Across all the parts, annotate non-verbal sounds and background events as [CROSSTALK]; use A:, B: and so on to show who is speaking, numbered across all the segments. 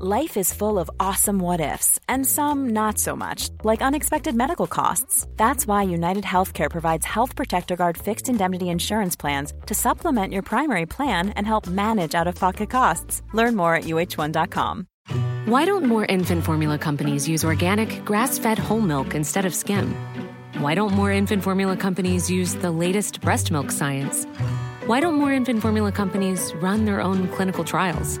A: Life is full of awesome what ifs, and some not so much, like unexpected medical costs. That's why United Healthcare provides Health Protector Guard fixed indemnity insurance plans to supplement your primary plan and help manage out of pocket costs. Learn more at uh1.com.
B: Why don't more infant formula companies use organic, grass fed whole milk instead of skim? Why don't more infant formula companies use the latest breast milk science? Why don't more infant formula companies run their own clinical trials?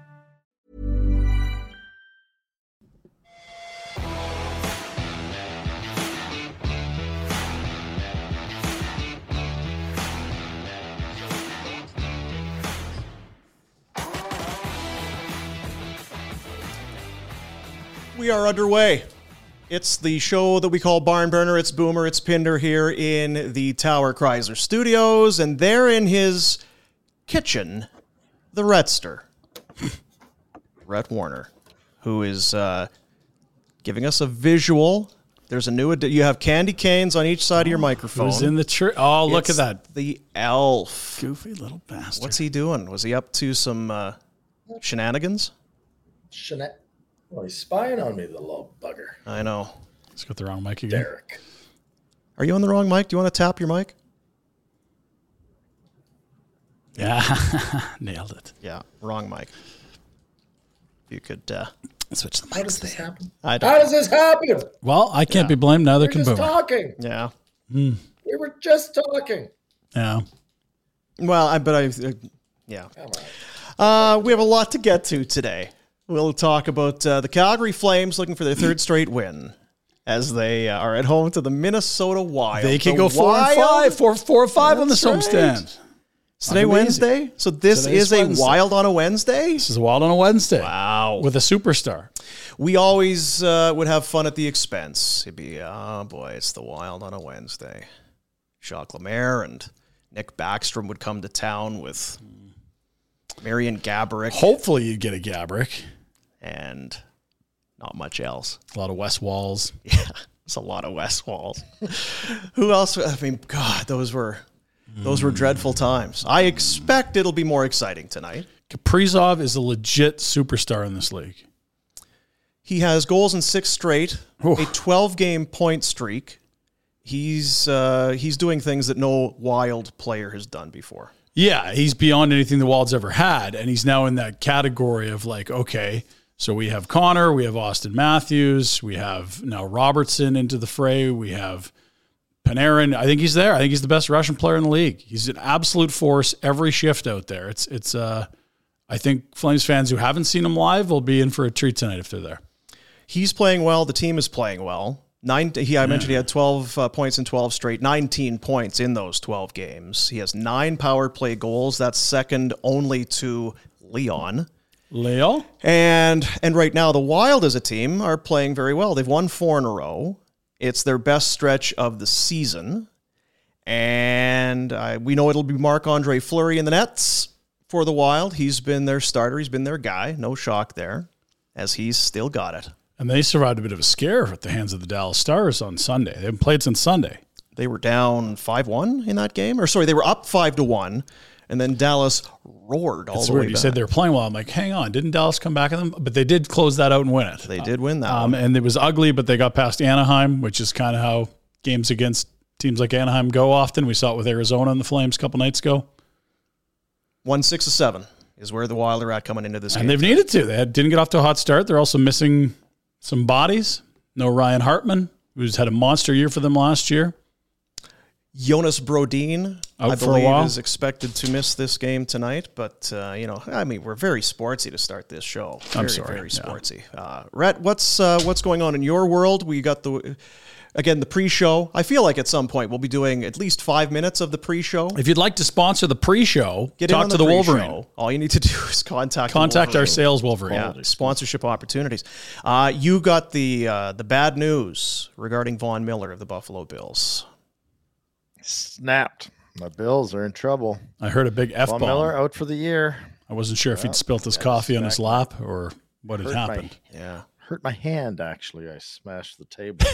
C: We are underway. It's the show that we call Barn Burner. It's Boomer. It's Pinder here in the Tower Chrysler Studios, and there in his kitchen, the Redster, Rhett Warner, who is uh, giving us a visual. There's a new. Ad- you have candy canes on each side of your microphone.
D: Who's in the church? Oh, look
C: It's
D: at that
C: The elf.
D: goofy little bastard.
C: What's he doing? Was he up to some uh, shenanigans?
E: Shana- well, he's spying on me, the little bugger,
C: I know.
D: He's got the wrong mic again.
E: Derek.
C: Are you on the wrong mic? Do you want to tap your mic?
D: Yeah, [LAUGHS] nailed it.
C: Yeah, wrong mic. If you could, uh,
D: Switch the
E: How
D: mics.
E: does this happen?
C: I
E: How
C: don't.
E: does this happen?
D: Well, I can't be blamed.
E: We
D: Neither
E: were
D: can
E: just
D: Boomer.
E: talking.
C: Yeah.
E: We were just talking.
D: yeah.
C: Well, I but I, uh, yeah. Uh, we have a lot to get to today. We'll talk about uh, the Calgary Flames looking for their third straight win as they uh, are at home to the Minnesota Wild.
D: They could
C: The
D: go four and
C: Wild-
D: five, four, four or five on this
C: That's right.
D: homestand.
C: Is Today
D: Amazing.
C: Wednesday. So this
D: Today's
C: is a
D: Wednesday.
C: Wild on a Wednesday.
D: This is Wild on a Wednesday.
C: Wow.
D: With a superstar.
C: we always uh, would have fun at the expense. It'd be, oh boy, it's the wild on a Wednesday. Jacques Lemaire and Nick Backstrom would come to town with Marion Gaborik
D: Hopefully you get a Gabrick.
C: and not much else. [LAUGHS]
D: A lot of West Walls.
C: Yeah, it's a lot of West Walls. [LAUGHS] Who else? I mean, God, those were those were dreadful times. I expect it'll be more exciting tonight.
D: Kaprizov is a legit superstar in this league.
C: He has goals in six straight,
D: Oof.
C: a 12 game point streak. He's uh, he's doing things that no wild player has done before.
D: Yeah, he's beyond anything the Wild's ever had, and he's now in that category of like, okay, so we have Connor, we have Austin Matthews, we have now Robertson into the fray, we have Panarin. I think he's there. I think he's the best Russian player in the league. He's an absolute force every shift out there. It's it's uh, I think Flames fans who haven't seen him live will be in for a treat tonight if they're there.
C: He's playing well. The team is playing well. Nine. He, I mentioned he had 12 uh, points in 12 straight, 19 points in those 12 games. He has nine power play goals. That's second only to Leon.
D: Leo,
C: And and right now the Wild as a team are playing very well. They've won four in a row. It's their best stretch of the season. And I, we know it'll be Marc Andre Fleury in the nets for the Wild. He's been their starter. He's been their guy. No shock there, as he's still got it.
D: and they survived a bit of a scare at the hands of the Dallas Stars on Sunday. They haven't played since Sunday.
C: They were down five one in that game, or sorry, they were up five to one, and then Dallas roared all
D: It's
C: the
D: weird.
C: way
D: You
C: back.
D: said they were playing well. I'm like, hang on, didn't Dallas come back at them? But they did close that out and win it.
C: they did win that.
D: Um,
C: one.
D: and it was ugly, but they got past Anaheim, which is kind of how games against teams like Anaheim go often. We saw it with Arizona and the Flames a couple nights ago.
C: One six to seven is where the Wild are at coming into this
D: And
C: game.
D: they've needed to. They had, didn't get off to a hot start. They're also missing some bodies. No Ryan Hartman, who's had a monster year for them last year.
C: Jonas Brodeen,
D: Out
C: I
D: for a
C: believe,
D: while.
C: is expected to miss this game tonight. But uh, you know, I mean, we're very sportsy to start this show. Very,
D: I'm sorry,
C: very
D: yeah.
C: sportsy. Uh, Rhett, what's uh, what's going on in your world? We got the again the pre-show. I feel like at some point we'll be doing at least five minutes of the pre-show.
D: If you'd like to sponsor the pre-show,
C: Get in
D: talk
C: on
D: to the
C: pre-show.
D: Wolverine.
C: All you need to [LAUGHS] do is contact the
D: Contact our
C: Wolverine.
D: sales Wolverine.
C: Yeah, sponsorship opportunities. Uh, you got the uh, the bad news regarding Vaughn Miller of the Buffalo Bills.
F: Snapped. The Bills are in trouble.
D: I heard a big F
F: Von Miller
D: bomb.
F: out for the year.
D: I wasn't sure if he'd spilt his coffee on his lap or what had
F: Hurt my,
D: happened.
C: Yeah.
F: hurt my hand, actually. I smashed the table.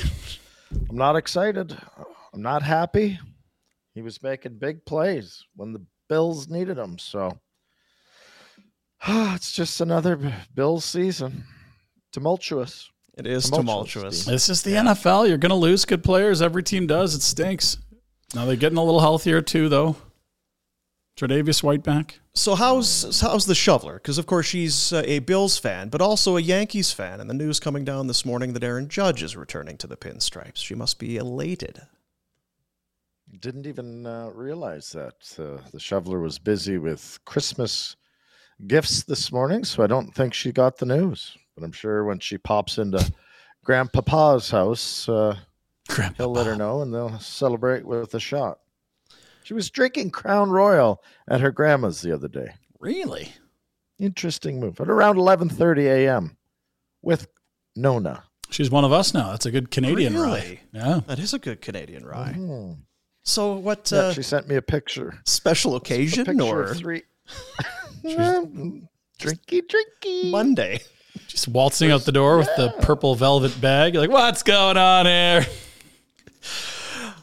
F: I'm not excited. I'm not happy. He was making big plays when the Bills needed him. So [SIGHS] it's just another B- Bills season. Tumultuous.
C: It is
F: Tumultuous,
C: tumultuous.
F: Steve.
D: This is the NFL. You're going to lose good players. Every team does. It stinks. Now they're getting a little healthier too, though. Tre'Davious White back.
C: So how's how's the shoveler? Because of course she's uh, a Bills fan, but also a Yankees fan. And the news coming down this morning that Aaron Judge is returning to the pinstripes. She must be elated.
F: Didn't even uh, realize that uh, the shoveler was busy with Christmas gifts this morning, so I don't think she got the news. But I'm sure when she pops into Grandpapa's house, uh,
D: Crap.
F: he'll let her know, and they'll celebrate with a shot. She was drinking Crown Royal at her grandma's the other day.
D: Really?
F: Interesting move. At around 11:30 a.m. with Nona.
D: She's one of us now. That's a good Canadian
C: Really?
D: rye. Yeah.
C: That is a good Canadian rye.
F: Hmm.
C: So what
F: Yeah,
C: uh,
F: she sent me a picture.
C: special
F: A
C: occasion
F: picture
C: or
F: of three. [LAUGHS] drinky, drinky.
C: Monday?
D: Just waltzing out the door with the purple velvet bag. You're like, what's going on here?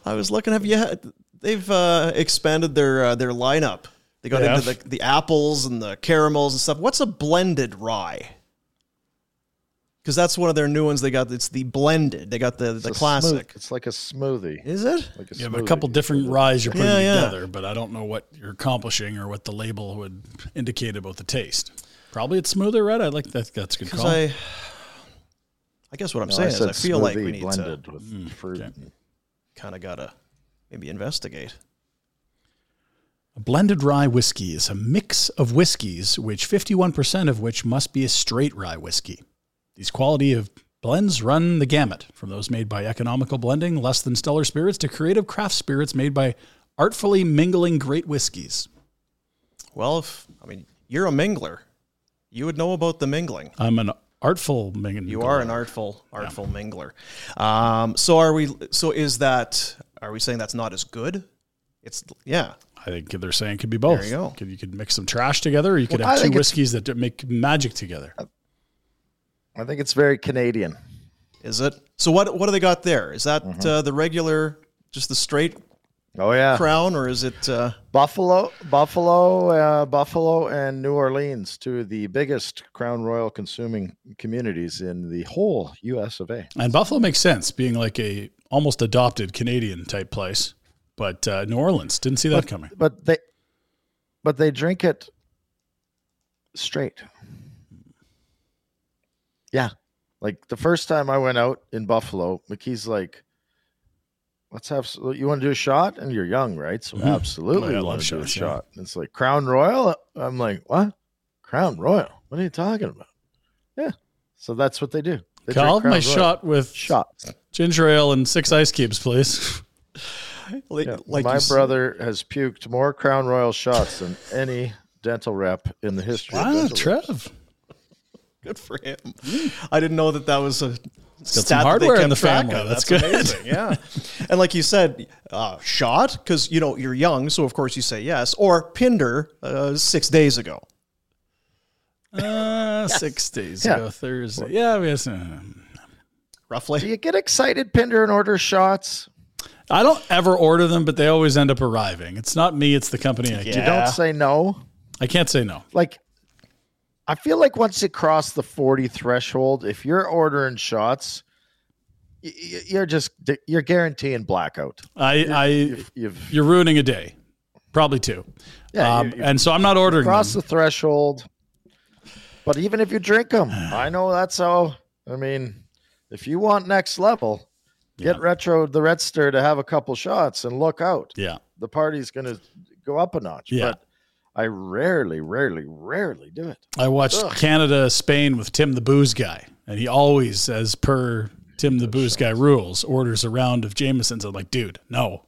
C: I was looking. Have you? Had, they've uh, expanded their uh, their lineup. They got
D: They
C: into
D: have?
C: the, the apples and the caramels and stuff. What's a blended rye? Because that's one of their new ones. They got it's the blended. They got the the
F: It's a smooth-
C: classic.
F: it's like a smoothie.
C: Is it?
F: Like a
D: You have a
F: smoothie.
D: couple different ryes you're putting
C: Yeah, yeah.
D: together, but I don't know what you're accomplishing or what the label would indicate about the taste. Probably it's smoother red. I like that. That's a good
C: Because
D: call.
C: I, I guess what I'm
F: No,
C: saying is
F: said
C: I feel like we
F: smoothie
C: need
F: blended
C: to Mm,
F: with fruit. and-
C: kind of gotta maybe investigate.
D: A blended rye whiskey is a mix of whiskeys, which 51% of which must be a straight rye whiskey. These quality of blends run the gamut from those made by economical blending, less than stellar spirits, to creative craft spirits made by artfully mingling great whiskeys.
C: Well, if I mean you're a mingler, you would know about the mingling.
D: I'm an artful mingling.
C: You are an artful, artful mingler. Um, so are we? So is that? Are we saying that's not as good? It's yeah.
D: I think they're saying it could be both.
C: There you go.
D: Could, you could mix some trash together, or you could
F: Well, I
D: have two
F: think it's-
D: whiskeys that make magic together.
F: I think it's very Canadian.
C: Is it? So what? What do they got there? Is that uh, the regular, just the straight
F: Oh Mm-hmm. yeah,
C: crown, or is it? Uh,
F: Buffalo, Buffalo, uh, Buffalo, and New Orleans, two of the biggest Crown Royal consuming communities in the whole U.S. of A.
D: And Buffalo makes sense, being like a almost adopted Canadian type place. But uh, New Orleans didn't see that coming.
F: But they, but they drink it straight. Yeah, like the first time I went out in Buffalo, McKee's like, "Let's have s- you want to do a shot?" And you're young, right? So absolutely,
D: Mm-hmm. Oh, I
F: you
D: love
F: want to do a
D: shots, yeah.
F: shot. And It's like Crown Royal. I'm like, what? Crown Royal? What are you talking about? Yeah. So that's what they do. They drink
D: Called my
F: Crown Royal.
D: shot with
F: Shots.
D: ginger ale and six ice cubes, please.
C: like,
F: Yeah.
C: like
F: my
C: you s-
F: brother has puked more Crown Royal shots than any dental rep in the history. of
D: [LAUGHS] Wow,
F: dental reps.
D: Trev.
C: Good for him. I didn't know that that was a
D: Hmm. some
C: stat that they
D: hardware in
C: kept
D: the
C: track
D: family.
C: of.
D: That's good.
C: amazing. Yeah, and like you said, uh, shot because you know you're young, so of course you say yes. Or Pinder uh, six days ago.
D: Uh, Six days
F: Yeah.
D: ago, Thursday. Yeah, I mean, it's, uh,
C: Roughly,
F: Do you get excited, Pinder, and order shots?
D: I don't ever order them, but they always end up arriving. It's not me; it's the company. I,
C: Yeah.
D: get.
F: You don't say no.
D: I can't say no.
F: Like, I feel like once you cross the 40 threshold, if you're ordering shots, y- y- you're just you're guaranteeing blackout.
D: I, I,
F: You've, you've
D: you're ruining a day, probably two.
F: Yeah,
D: um,
F: you- you
D: and so I'm not ordering them.
F: crossed the threshold. But even if you drink them, I know that's how. I mean, if you want next level, get retro the redster to have a couple shots and look out.
D: yeah,
F: the party's going to go up a notch.
D: Yeah.
F: But I rarely, rarely, rarely do it.
D: I watched Canada Spain with Tim the Booze Guy, and he always, as per Tim the Booze Guy rules, orders a round of Jamesons. I'm like, dude, no,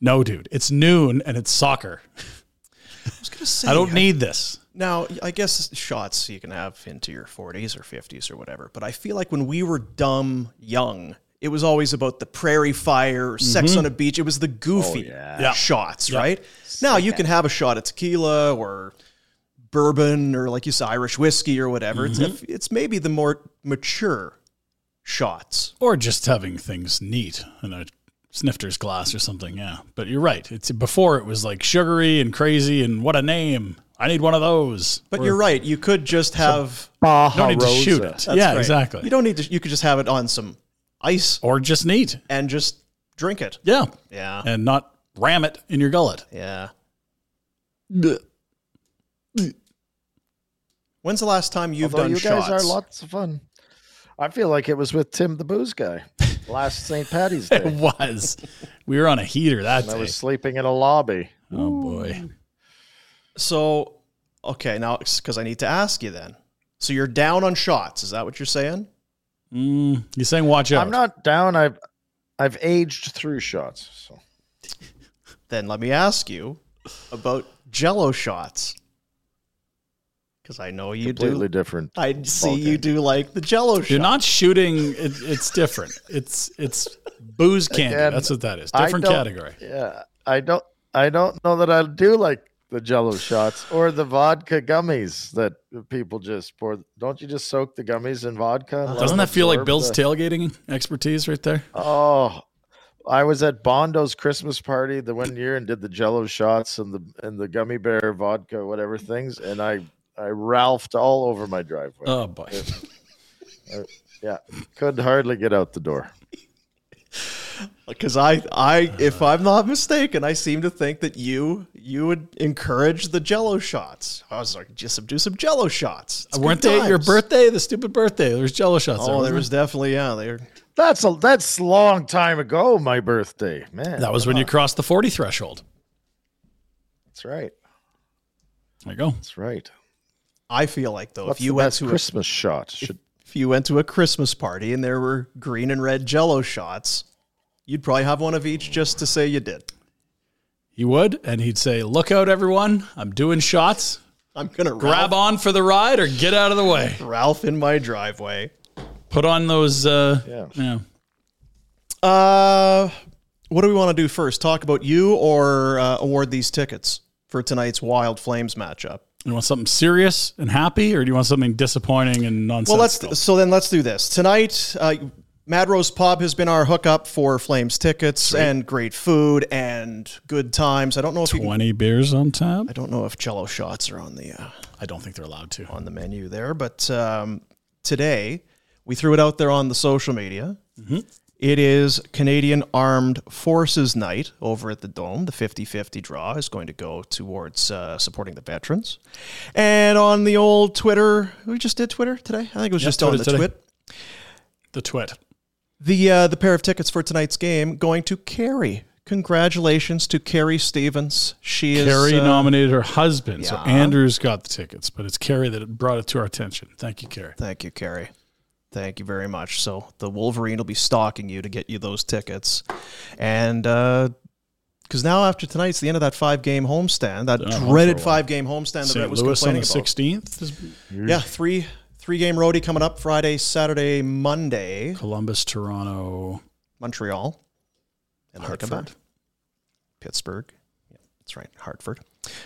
D: no, dude, it's noon and it's soccer. [LAUGHS]
C: was gonna say
D: I don't need this.
C: Now, I guess shots you can have into your 40s or 50s or whatever, but I feel like when we were dumb young, it was always about the prairie fire, or sex on a beach. It was the goofy
D: Yeah.
C: shots, right? Now you can have a shot at tequila or bourbon or, like you said, Irish whiskey or whatever.
D: Mm-hmm.
C: It's, it's maybe the more mature shots.
D: or just having things neat in a snifter's glass or something. Yeah, but you're right. It's before it was like sugary and crazy and what a name. I need one of those.
C: But
D: Or
C: you're right. You could just have.
F: Baja
D: Don't need to shoot it.
C: That's
D: yeah,
C: right.
D: exactly.
C: You don't need to. You could just have it on some ice
D: or just neat.
C: and just drink it.
D: Yeah,
C: Yeah.
D: and not ram it in your gullet.
C: Yeah. When's the last time you've
F: Although
C: done
F: you guys
C: shots?
F: are lots of fun. I feel like it was with Tim the booze guy last St. Patty's Day.
D: [LAUGHS] It was. we were on a heater that
F: and I
D: day.
F: was sleeping in a lobby.
D: oh boy.
C: so, okay, now because I need to ask you then. So you're down on shots. Is that what you're saying?
D: Mm, you saying watch out?
F: I'm not down. I've I've aged through shots. So
C: Then let me ask you about Jello shots. Because I know you
F: completely
C: do.
F: different.
C: I see
F: ballgame.
C: you do like the Jello
D: You're
C: shot.
D: not shooting. It, it's different. It's it's booze candy.
F: Again,
D: That's what that is.
F: I
D: Different
F: don't-
D: category.
F: Yeah, I don't. I don't know that I do like the Jello shots or the vodka gummies that people just pour. Don't you just soak the gummies in vodka? and let
D: Doesn't
F: them
D: that feel like
F: absorb
D: Bill's
F: the-
D: tailgating expertise right there?
F: Oh, I was at Bondo's Christmas party the one year and did the Jello shots and the and the gummy bear vodka whatever things, and I I ralphed all over my driveway.
D: Oh boy.
F: yeah, could hardly get out the door.
C: Because I, I, if
D: Uh-huh.
C: I'm not mistaken, I seem to think that you, you would encourage the Jello shots. I was like, just do some Jello shots. It's good
D: [LAUGHS] Weren't they at your
C: times.
D: birthday? The stupid birthday. There was Jello shots.
C: Oh, there
D: wasn't
C: was definitely yeah. They were,
F: That's a that's long time ago. My birthday, man.
D: there? That
F: [LAUGHS]
D: was when you crossed the forty threshold.
F: That's right.
D: There you go.
F: That's right.
C: I feel like though,
F: What's
C: if you
F: the
C: went
F: best
C: to a,
F: Christmas shot? Should
C: if you went to a Christmas party and there were green and red Jello shots, you'd probably have one of each just to say you did.
D: He would, and he'd say, "Look out, everyone! I'm doing shots.
C: I'm gonna
D: Grab
C: Ralph,
D: on for the ride, or get out of the way.
C: Ralph in my driveway.
D: Put on those. Uh, yeah.
F: Yeah.
C: Uh, what do we want to do first? Talk about you or uh, award these tickets for tonight's Wild Flames matchup?
D: You want something serious and happy, or do you want something disappointing and nonsense?
C: Well, let's so then let's do this tonight. Uh, Mad Rose Pub has been our hookup for Flames tickets and great food and good times. I don't know if you can
D: twenty beers on tap.
C: I don't know if Jello shots are on the uh,
D: I don't think they're allowed to.
C: on the menu there, but um, today we threw it out there on the social media. It is Canadian Armed Forces Night over at the Dome. The 50 50 draw is going to go towards uh, supporting the veterans. And on the old Twitter, we just did Twitter today. I think it was
D: Yep,
C: just on
D: Twitter
C: the
D: today.
C: Twit.
D: The twit.
C: The uh, the pair of tickets for tonight's game going to Carrie. Congratulations to Carrie Stevens. She is
D: Carrie
C: uh,
D: nominated her husband, so
C: yeah.
D: Andrew's got the tickets, but it's Carrie that brought it to our attention. Thank you, Carrie.
C: Thank you, Carrie. Thank you very much. So the Wolverine will be stalking you to get you those tickets, and because now after tonight's the end of that five game homestand, that
D: I'm on
C: dreaded
D: for a
C: five game homestand that Brett
D: St.
C: was
D: Louis on the
C: complaining about.
D: sixteenth is
C: Yeah, three three game roadie coming up Friday, Saturday, Monday,
D: Columbus, Toronto,
C: Montreal, and then they come
D: Hartford.
C: back. Pittsburgh. Yeah, that's right, Hartford.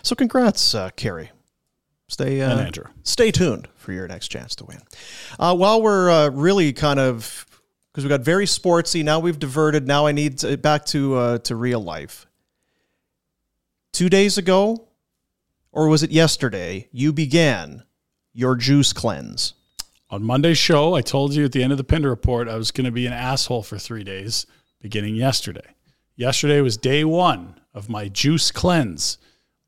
C: So congrats, uh, Carrie. Stay uh,
D: and Andrew.
C: stay tuned for your next chance to win. Uh, while we're uh, really kind of because we got very sportsy. Now we've diverted. Now I need to, back to uh, to real life. Two days ago, or was it yesterday? You began your juice cleanse.
D: On Monday's show, I told you at the end of the Pinder report I was going to be an asshole for three days, beginning yesterday. Yesterday was day one of my juice cleanse,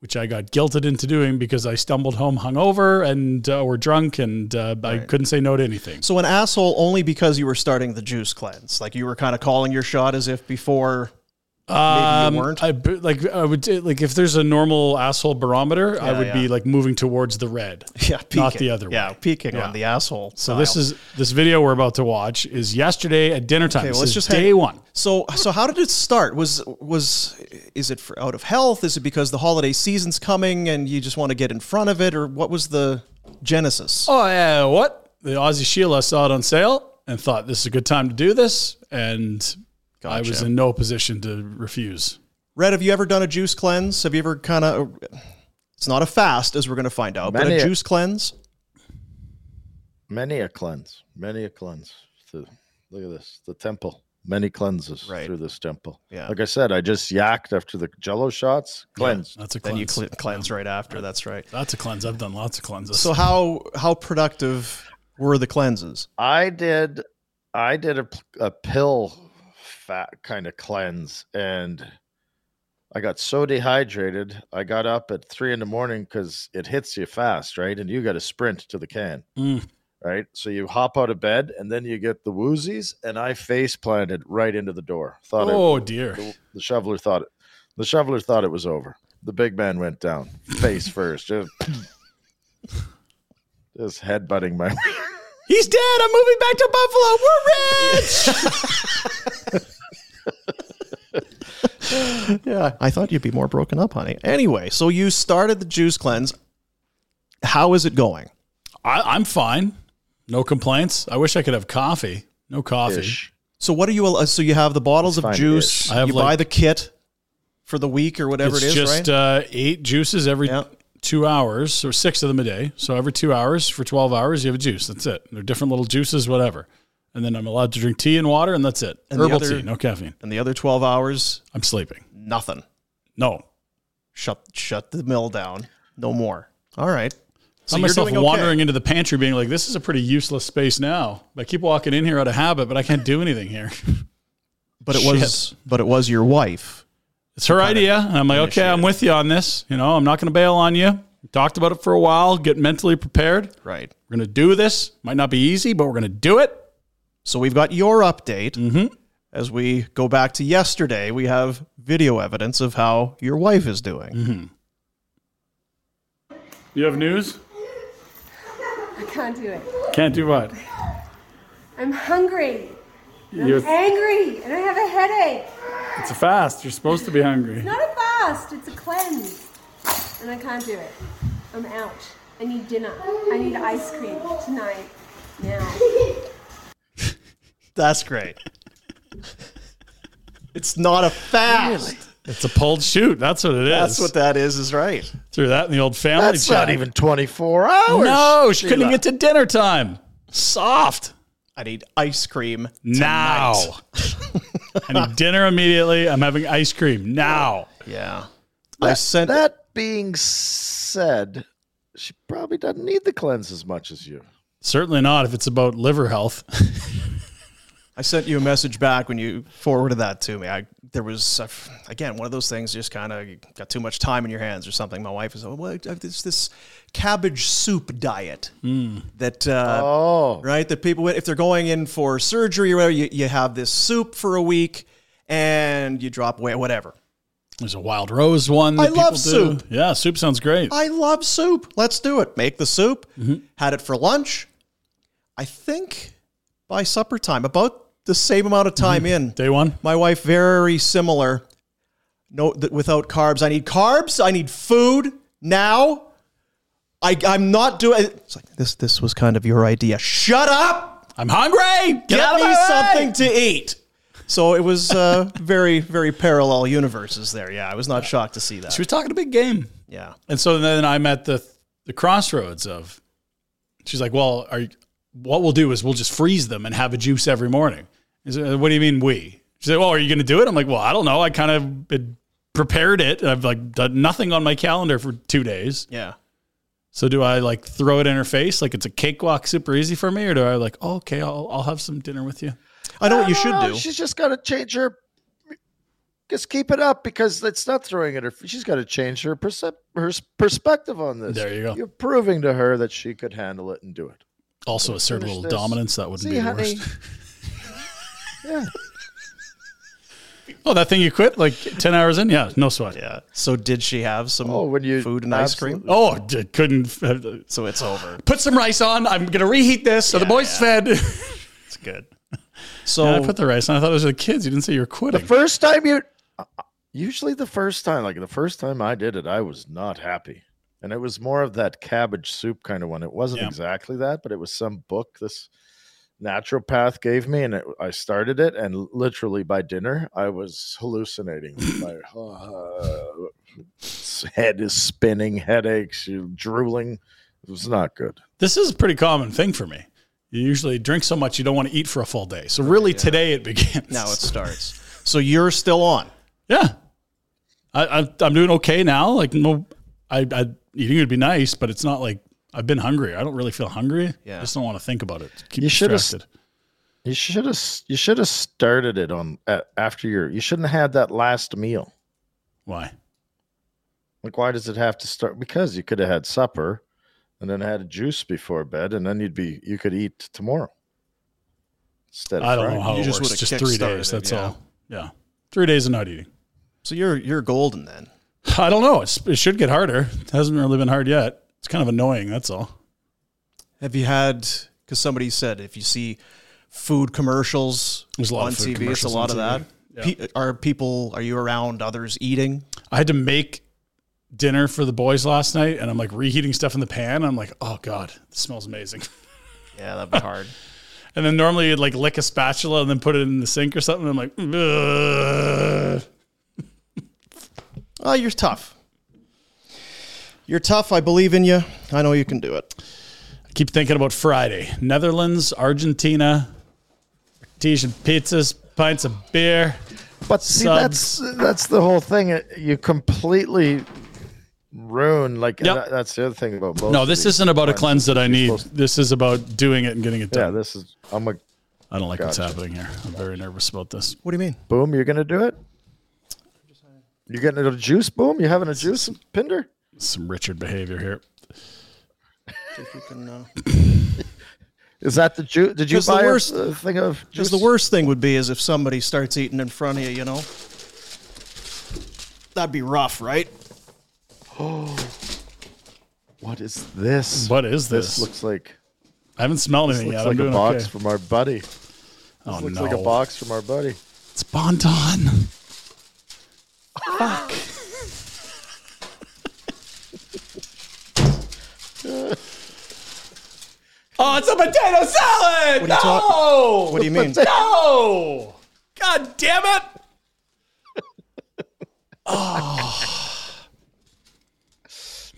D: which I got guilted into doing because I stumbled home hungover and uh, or drunk, and uh, I couldn't say no to anything.
C: So an asshole only because you were starting the juice cleanse. Like you were kind of calling your shot as if before [LAUGHS] maybe you weren't.
D: Um, I bu- like I would like if there's a normal asshole barometer, I
C: Yeah,
D: would
C: yeah.
D: be like moving towards the red.
C: [LAUGHS] yeah,
D: not
C: peeking.
D: the other
C: Yeah,
D: way.
C: peeking on the asshole.
D: So this is this video we're about to watch is yesterday at dinner time.
C: Okay, well,
D: This
C: let's
D: is
C: just
D: day
C: hang-
D: one.
C: So so how did it start? Was was is it for out of health? Is it because the holiday season's coming and you just want to get in front of it, or what was the genesis?
D: Oh yeah, what the Aussie Shield? I saw it on sale and thought this is a good time to do this, and I was in no position to refuse.
C: Red, have you ever done a juice cleanse? Have you ever kind of? It's not a fast, as we're going to find out, but
F: Many-
C: a juice cleanse.
F: Many a cleanse, many a cleanse. The- look at this, the temple. Many cleanses
C: Right.
F: through this temple.
C: Yeah.
F: Like I said, I just yacked after the Jello shots. Cleansed.
D: That's a
C: Then
D: cleanse.
C: you cle- cleanse right after. That's right.
D: That's a cleanse. I've done lots of cleanses.
C: So how how productive were the cleanses?
F: I did, I did a, p- a pill fat kind of cleanse, and I got so dehydrated. I got up at three in the morning because it hits you fast, right? And you got to sprint to the can.
D: Mm.
F: right? So you hop out of bed and then you get the woozies, and I face planted right into the door. Thought it,
D: oh dear.
F: the, the shoveler thought it. The shoveler thought it was over. The big man went down
D: [LAUGHS]
F: face first, just, just headbutting my.
D: He's dead. I'm moving back to Buffalo. We're rich.
C: Yeah, I thought you'd be more broken up, honey. Anyway, so you started the juice cleanse. How is it going?
D: I, I'm fine. No complaints. I wish I could have coffee. No coffee.
F: Ish.
C: So what are you? al- So you have the bottles of
F: Fine-ish.
C: juice.
D: I have
C: you
D: like-
C: buy the kit for the week or whatever
D: it's
C: it is,
D: just
C: right?
D: uh, eight juices every
C: Yeah.
D: two hours, or six of them a day. So every two hours for 12 hours, you have a juice. That's it. They're different little juices, whatever. And then I'm allowed to drink tea and water, and that's it.
C: And the
D: Herbal
C: other-
D: tea, no caffeine.
C: and the other twelve hours,
D: I'm sleeping.
C: nothing.
D: No.
C: Shut shut the mill down. No more. All right.
D: I
C: So
D: am
C: you're
D: myself
C: doing okay.
D: wandering into the pantry being like, this is a pretty useless space now. I keep walking in here out of habit, but I can't do anything here. [LAUGHS]
C: but it was but it was your wife.
D: It's her idea. And I'm like, okay, I'm with you on this. You know, I'm not going to bail on you. Talked about it for a while, get mentally prepared.
C: Right.
D: We're going to do this. Might not be easy, but we're going to do it.
C: So we've got your update.
D: Mm-hmm.
C: As we go back to yesterday, we have video evidence of how your wife is doing.
D: Mm-hmm. You have news?
G: I can't do it.
D: Can't do what?
G: I'm hungry. I'm
D: You're-
G: angry and I have a headache.
D: It's a fast. You're supposed to be hungry.
G: Not a fast, it's a cleanse. And I can't do it. I'm out. I need dinner. I need ice cream tonight. Now.
C: That's great. it's not a fast.
D: It's a pulled shoot. That's what it is.
C: That's what that is. Is right.
D: Threw that in the old family
F: That's
D: chat.
F: not even 24 hours.
D: No, she couldn't
F: Sheila.
D: even get to dinner time. Soft.
C: I need ice cream
D: Now.
C: tonight.
D: [LAUGHS] I need dinner immediately. I'm having ice cream now.
C: Yeah. I sent
F: That being said, she probably doesn't need the cleanse as much as you.
D: Certainly not if it's about liver health. [LAUGHS]
C: I sent you a message back when you forwarded that to me. I there was I f- again one of those things just kind of got too much time in your hands or something. My wife was oh, well, it's this cabbage soup diet that uh,
F: Oh,
C: right that people if they're going in for surgery or whatever you, you have this soup for a week and you drop weight whatever.
D: There's a wild rose one. that
C: I
D: people
C: love
D: do.
C: soup.
D: Yeah, soup sounds great.
C: I love soup. Let's do it. Make the soup. Had it for lunch. I think by supper time, about the same amount of time in.
D: Day one.
C: My wife very similar. No, that without carbs, I need carbs. I need food now. I I'm not doing. It's like this. This was kind of your idea. Shut up.
D: I'm hungry. Get out
C: Get
D: of
C: me
D: my way!
C: something to eat. So it
F: [LAUGHS]
C: was uh, very very parallel universes there. Yeah, I was not shocked to see that.
D: She was talking a big game.
C: Yeah.
D: And so then I'm at the the crossroads of she's like, "Well, are you, what we'll do is we'll just freeze them and have a juice every morning." He said, what do you mean we? She said, well, are you going to do it? I'm like, well, I don't know. I kind of had prepared it. and I've like done nothing on my calendar for two days.
C: Yeah.
D: So do I like throw it in her face? Like it's a cakewalk super easy for me? Or do I like, oh, okay, I'll, I'll have some dinner with you.
C: I know what you should do.
F: She's just got to change her. Just keep it up because it's not throwing at her. She's got to change her percep- her s- perspective on this.
D: There you go.
F: You're proving to her that she could handle it and do it.
D: Also assert a
F: Finish
D: little
F: this.
D: dominance. That wouldn't
F: See,
D: be the
F: honey.
D: worst. [LAUGHS]
F: Yeah.
D: Oh, that thing you quit like 10 hours in? Yeah, no sweat. Yeah.
C: So did she have some
F: Oh, when you
C: food and ice cream?
F: absolutely-
D: Oh, d- couldn't. uh,
C: So it's over.
D: Put some rice on. I'm going to reheat this so the boys fed. [LAUGHS] it's
F: [LAUGHS]
D: good.
C: So
D: I put the rice on. I thought it was the kids. You didn't say you were
F: The
D: quitting.
F: first time you, uh, uh, usually the first time, like the first time I did it, I was not happy, and it was more of that cabbage soup kind of one. It wasn't
D: Yeah.
F: exactly that, but it was some book this naturopath gave me, and it, I started it, and literally by dinner I was hallucinating. My uh, head is spinning, headaches, you drooling. It was not good.
D: this is a pretty common thing for me. You usually drink so much you don't want to eat for a full day. So really, today it begins.
F: [LAUGHS]
C: now it starts. So you're still on.
D: [LAUGHS] yeah. I, I I'm doing okay now. Like no, I, I eating would be nice, but it's not like I've been hungry. I don't really feel hungry.
C: Yeah.
D: I just don't want to think about it. Keep
F: You should've-
D: distracted.
F: You should have. You should have started it on a after your. You shouldn't have had that last meal.
D: Why?
F: Like, why does it have to start? Because you could have had supper and then had a juice before bed, and then you'd be you could eat tomorrow. Instead of
D: I don't know
F: Friday.
D: how
C: You
D: it
C: just
D: works.
C: would've
D: Just three
C: kickstarted
D: days.
C: it,
D: That's
C: yeah.
D: all. Yeah, three days of not eating.
C: So you're you're golden then.
D: I don't know. It's, it should get harder. It hasn't really been hard yet. It's kind of annoying. That's all.
C: Have you had? Because somebody said if you see food commercials
D: There's a lot
C: on
D: of food
C: TV, it's a
D: commercials
C: lot of
D: on
C: that.
D: TV.
C: Pe- are people? Are you around others eating?
D: I had to make dinner for the boys last night, and I'm like reheating stuff in the pan. I'm like, oh god, this smells amazing. [LAUGHS]
C: Yeah, that'd be hard.
D: And then normally you'd like lick a spatula and then put it in the sink or something. I'm like, Ugh.
C: oh, you're tough. You're tough. I believe in you. I know you can do it.
D: I keep thinking about Friday, Netherlands, Argentina, artesian pizzas, pints of beer.
F: But see, that's that's the whole thing. It- You completely ruin. Like
D: Yep.
F: that- that's the other thing about most.
D: No,
F: of
D: this
F: these
D: isn't about a
F: plans.
D: cleanse that I need.
F: supposed
D: This is about doing it and getting it
F: Yeah,
D: done.
F: this is. I'm like,
D: I don't like what's
F: Gotcha.
D: happening here. I'm very nervous about this.
C: What do you mean?
F: boom. You're gonna do it. You're getting a juice. Boom. You having a juice, Pinder?
D: Some Richard behavior here.
C: If you can, uh,
F: Is that the juice? Did you
C: 'Cause the
F: buy a
C: worst-
F: a thing of juice?
C: Because the worst thing would be is if somebody starts eating in front of you, you know? That'd be rough, right?
F: What is this?
D: What is
F: This
D: this?
F: looks like
D: I haven't smelled
F: this
D: anything
F: looks
D: yet. I'm
F: like a
D: doing
F: box
D: okay.
F: from our buddy.
D: Oh
F: looks
D: no!
F: like a box from our buddy.
D: It's Bonton. Fuck. oh, it's a potato salad.
C: What are you talk-
D: no.
C: What do you mean?
D: no. God damn it.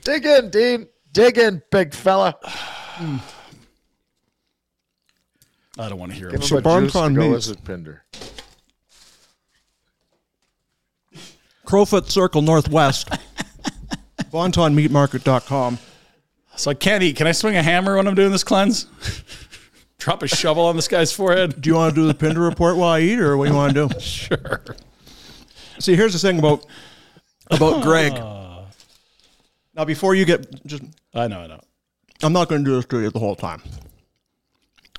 F: Dig in, Dean. Dig in, big [SIGHS] fella.
D: I don't want to hear
F: Give
D: it.
F: him a
C: burn
F: juice to
C: con
F: go
C: me.
F: with it, Pinder.
C: Crowfoot Circle [LAUGHS] Northwest. BontonMeatMarket.com.
D: So I can't eat. Can I swing a hammer when I'm doing this cleanse? [LAUGHS] Drop a shovel on this guy's forehead.
C: Do you want to do the Pinder report while I eat, or what do you want to do?
D: Sure.
C: See, here's the thing about about Greg. Now, before you get, just
D: I know. I know.
C: I'm not going to do this to you the whole time.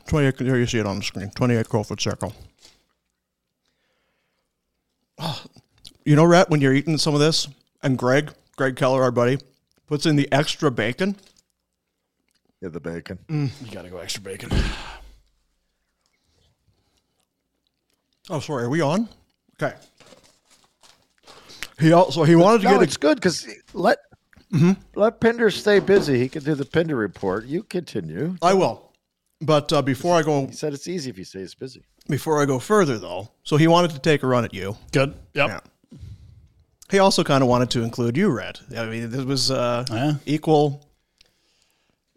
C: 28, here you see it on the screen. 28 Crowfoot Circle. Ah, You know, Rhett, when you're eating some of this, and Greg, Greg Keller, our buddy, puts in the extra bacon,
F: Yeah, the bacon.
D: You gotta go extra bacon.
C: Oh, sorry. Are we on? Okay. He also he wanted to
F: No,
C: get
F: it's good because let let Pinder stay busy. He can do the Pinder report. You continue.
C: a, I will, but uh, before I go
F: He said it's easy if he stays busy.
C: before I go further though, so he wanted to take a run at you.
D: Good. Yep.
C: Yeah. He also kind of wanted to include you, Red. I mean, this was uh,
D: Yeah.
C: equal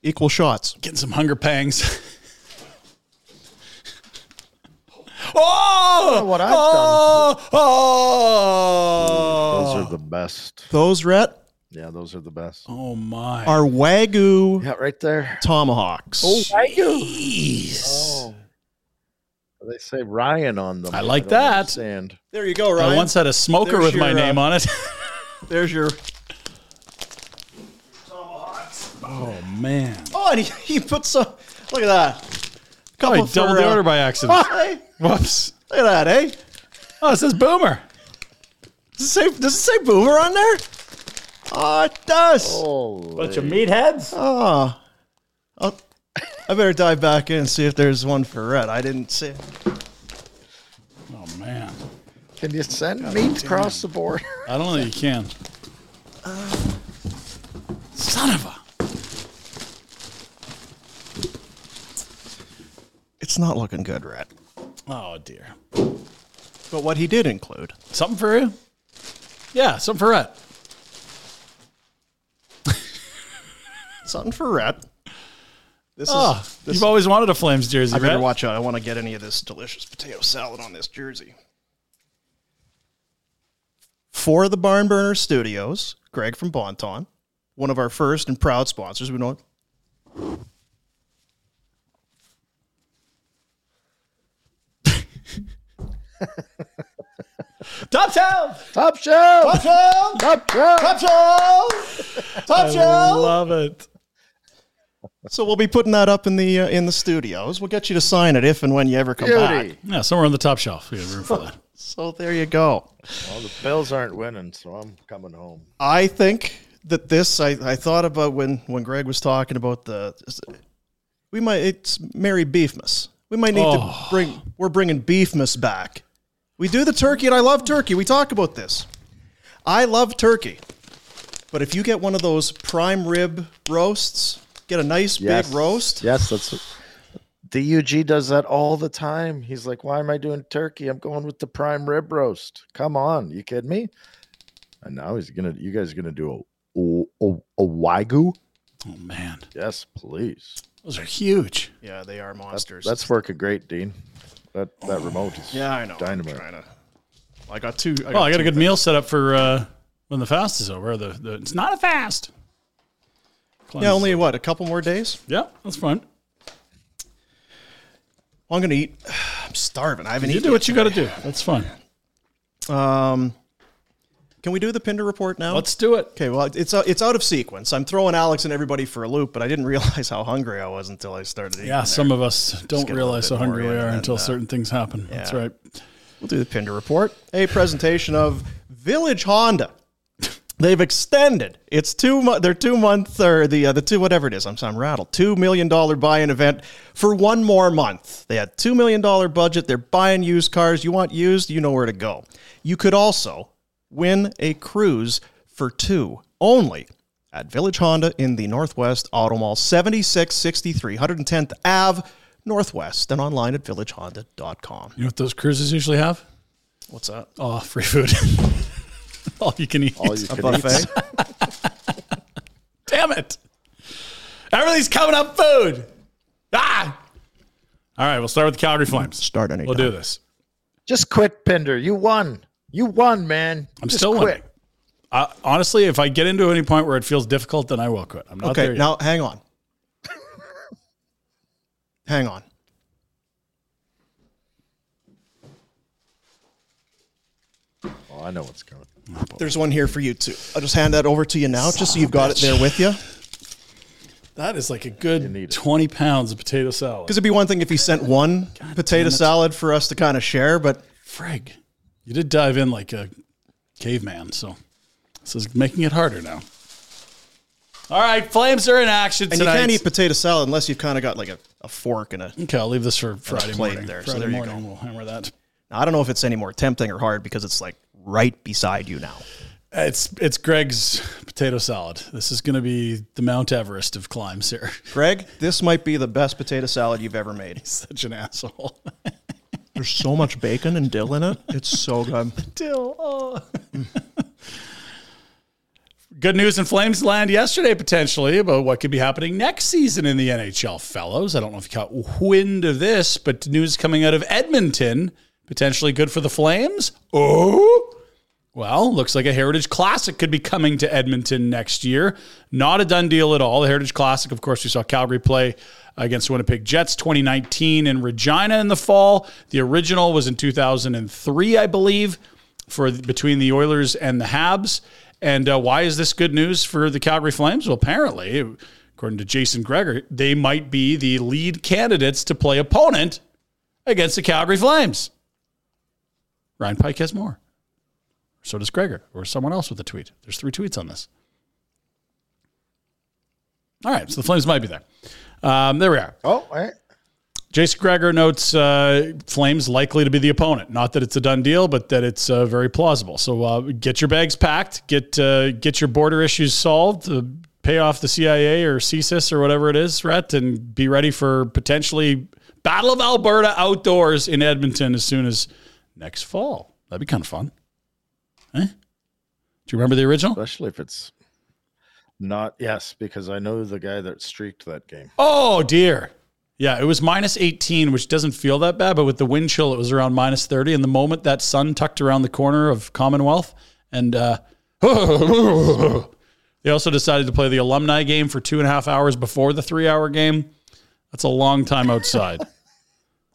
C: equal shots.
D: Getting some hunger pangs. [LAUGHS] Oh,
F: know what I've
D: oh,
F: Those
D: oh,
F: are the best.
C: Those, Rhett,
F: Yeah, those are the best.
D: oh my.
C: are Wagyu
F: Yeah, right there.
C: tomahawks.
F: Oh,
D: Jeez.
F: They say Ryan on them.
D: I like
F: don't
D: that.
F: Understand.
C: There you go, Ryan.
D: I once had a smoker
C: There's
D: with my
C: your,
D: name
C: uh,
D: on it. [LAUGHS]
C: There's your.
D: oh man.
C: Oh, and he, he put some. Look at that.
D: Oh, I
C: Couple
D: doubled
C: for,
D: the
C: uh,
D: order
F: [LAUGHS]
D: by accident.
C: Hey,
D: Whoops.
C: look at that, eh?
D: Oh, it says Boomer.
C: Does it say, does it say boomer on there? Oh, it does.
F: Oh,
H: Bunch of meatheads.
C: Oh. Oh. I better dive back in and see if there's one for Rhett. I didn't see it.
D: Oh man.
F: can you send meat across the border?
D: I don't think you can. Son of a.
C: It's not looking good, Rhett.
D: Oh dear.
C: But what he did include.
D: Something for you? Yeah, something for Rhett.
C: Something for Rhett. This
D: Oh,
C: is. This
D: you've always wanted a Flames jersey,
C: I better
D: Rhett.
C: watch out. I want to get any of this delicious potato salad on this jersey. For the Barnburner Studios, Greg from Bonton, one of our first and proud sponsors. We know
H: Top shelf.
F: Top shelf.
H: Shelf.
F: Top shelf.
H: Top shelf. Top
D: I
H: shelf.
D: love it.
C: So we'll be putting that up in the uh, in the studios. We'll get you to sign it if and when you ever come back.
F: Beauty.
D: Yeah, somewhere on the top shelf. We have room for that.
C: So there you go.
F: Well, the Bills aren't winning, so I'm coming home.
C: I think that this I, I thought about when when Greg was talking about the we might it's Mary Beefmas. We might need
D: Oh.
C: to bring we're bringing Beefmas back. We do the turkey and I love turkey. We talk about this. I love turkey. But if you get one of those prime rib roasts, get a nice big roast.
F: Yes, that's. DUG does that all the time. He's like, "Why am I doing turkey? I'm going with the prime rib roast. Come on, you kidding me?" And now he's gonna. You guys are gonna do a a, a, a wagyu?
D: [LAUGHS] Oh man,
F: Yes, please.
D: those are huge.
C: Yeah, they are
F: That's,
C: monsters.
F: that's working great, Dean. That that remote is
C: yeah, I know.
F: dynamite.
C: i I got two. I
D: Well, I got a
C: two
D: good meal set up for uh, when the fast is over. The, the it's not a fast.
C: Yeah, only what a couple more days.
D: Yeah, that's fine.
C: Well, I'm gonna eat. [SIGHS] I'm starving. I haven't
D: You
C: eaten.
D: do what you got to do. That's fine.
C: Um, can we do the Pinder report now?
D: Let's do it.
C: okay, well, it's uh, it's out of sequence. I'm throwing Alex and everybody for a loop, but I didn't [LAUGHS] realize how hungry I was until I started. Eating
D: Yeah,
C: there.
D: some of us don't
C: get a little
D: realize
C: bit
D: how hungry we
C: oriented
D: are
C: and,
D: until
C: uh,
D: certain things happen. That's
C: yeah.
D: right.
C: We'll do the Pinder report. A presentation of Village Honda. They've extended. It's two. Mo- their two month or the uh, the two whatever it is. I'm I'm rattled. Two million dollar buy-in event for one more month. They had two million dollar budget. They're buying used cars. You want used? You know where to go. You could also win a cruise for two only at Village Honda in the Northwest Auto Mall, 7663 110th Ave Northwest, and online at villagehonda.com.
D: You know what those cruises usually have?
C: What's that?
D: Oh, free food. [LAUGHS] All you can eat.
F: All you can eat.
C: Buffet.
D: Damn it. Everything's coming up food. Ah. All right, we'll start with the Calgary Flames.
C: Start anytime.
D: We'll do this.
F: Just quit, Pinder. You won. You won, man.
D: I'm
F: Just
D: still
F: quit.
D: winning. I, honestly, if I get into any point where it feels difficult, then I will quit. I'm not there
C: Okay,
D: yet.
C: now hang on. hang on.
F: Oh, I know what's coming.
C: There's one here for you too. I'll just hand that over to you now, just so you've got it there with you. Because
D: that is like a
F: need
D: good
F: it.
D: 20 pounds of potato salad.
C: it'd be one thing if he sent one potato salad for us to kind of share, but
D: Frig, you did dive in like a caveman, so this is making it harder now. All right, Flames are in action
C: and
D: tonight.
C: you can't eat potato salad unless you've kind of got like a, a fork and a.
D: okay, I'll leave this for Friday
C: plate
D: morning.
C: there, so
D: Friday
C: there you
D: morning, we'll hammer that.
C: I don't know if it's any more tempting or hard because it's like right beside you now.
D: It's it's Greg's potato salad. This is going to be the Mount Everest of climbs here. [LAUGHS]
C: Greg, this might be the best potato salad you've ever made.
D: Such an asshole.
C: There's so much bacon and dill in it. It's so good.
D: Dill. Oh. Good news in Flames land yesterday, potentially, about what could be happening next season in the NHL, fellows. I don't know if you caught wind of this, but news coming out of Edmonton, potentially good for the Flames. Oh, well, looks like a Heritage Classic could be coming to Edmonton next year. Not a done deal at all. The Heritage Classic, of course, we saw Calgary play against Winnipeg Jets 2019 in Regina in the fall. The original was in 2003, I believe, for between the Oilers and the Habs. And uh, why is this good news for the Calgary Flames? Well, apparently, according to Jason Greger, they might be the lead candidates to play opponent against the Calgary Flames. Ryan Pike has more. So does Gregor or someone else with a tweet. There's three tweets on this. All right, so the Flames might be there. Um, there we are.
F: Oh, all right.
D: Jason Gregor notes uh, Flames likely to be the opponent. Not that it's a done deal, but that it's uh, very plausible. So uh, get your bags packed, get uh, get your border issues solved, uh, pay off the CIA or CSIS or whatever it is, Rhett, and be ready for potentially Battle of Alberta outdoors in Edmonton as soon as next fall. That'd be kind of fun. Eh? Do you remember the original?
F: Especially if it's not yes, because I know the guy that streaked that game.
D: Oh dear. Yeah, it was minus 18, which doesn't feel that bad, but with the wind chill, it was around minus 30. And the moment that sun tucked around the corner of Commonwealth, and uh, [LAUGHS] they also decided to play the alumni game for two and a half hours before the three hour game. That's a long time
F: [LAUGHS]
D: outside.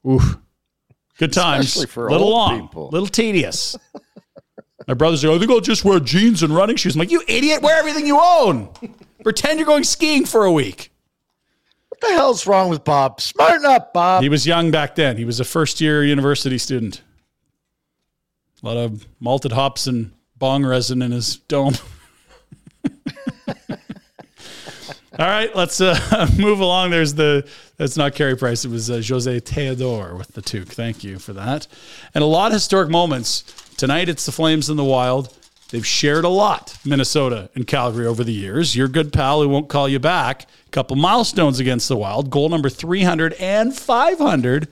D: Oof. Good times.
F: Especially for
D: little
F: old
D: long,
F: people.
D: little tedious. My brother's like, I think I'll just wear jeans and running shoes. I'm like, you idiot, wear everything you own. Pretend you're going skiing for a week.
F: What the hell's wrong with Bob? Smarten up, Bob.
D: He was young back then. He was a first year university student. A lot of malted hops and bong resin in his dome. [LAUGHS] All right, let's uh, [LAUGHS] move along. There's the that's not Carey Price. It was uh, Jose Theodore with the toque. Thank you for that. And a lot of historic moments tonight. It's the Flames in the Wild. They've shared a lot, Minnesota and Calgary over the years. Your good pal who won't call you back. Couple milestones against the Wild. Goal number 300 and 500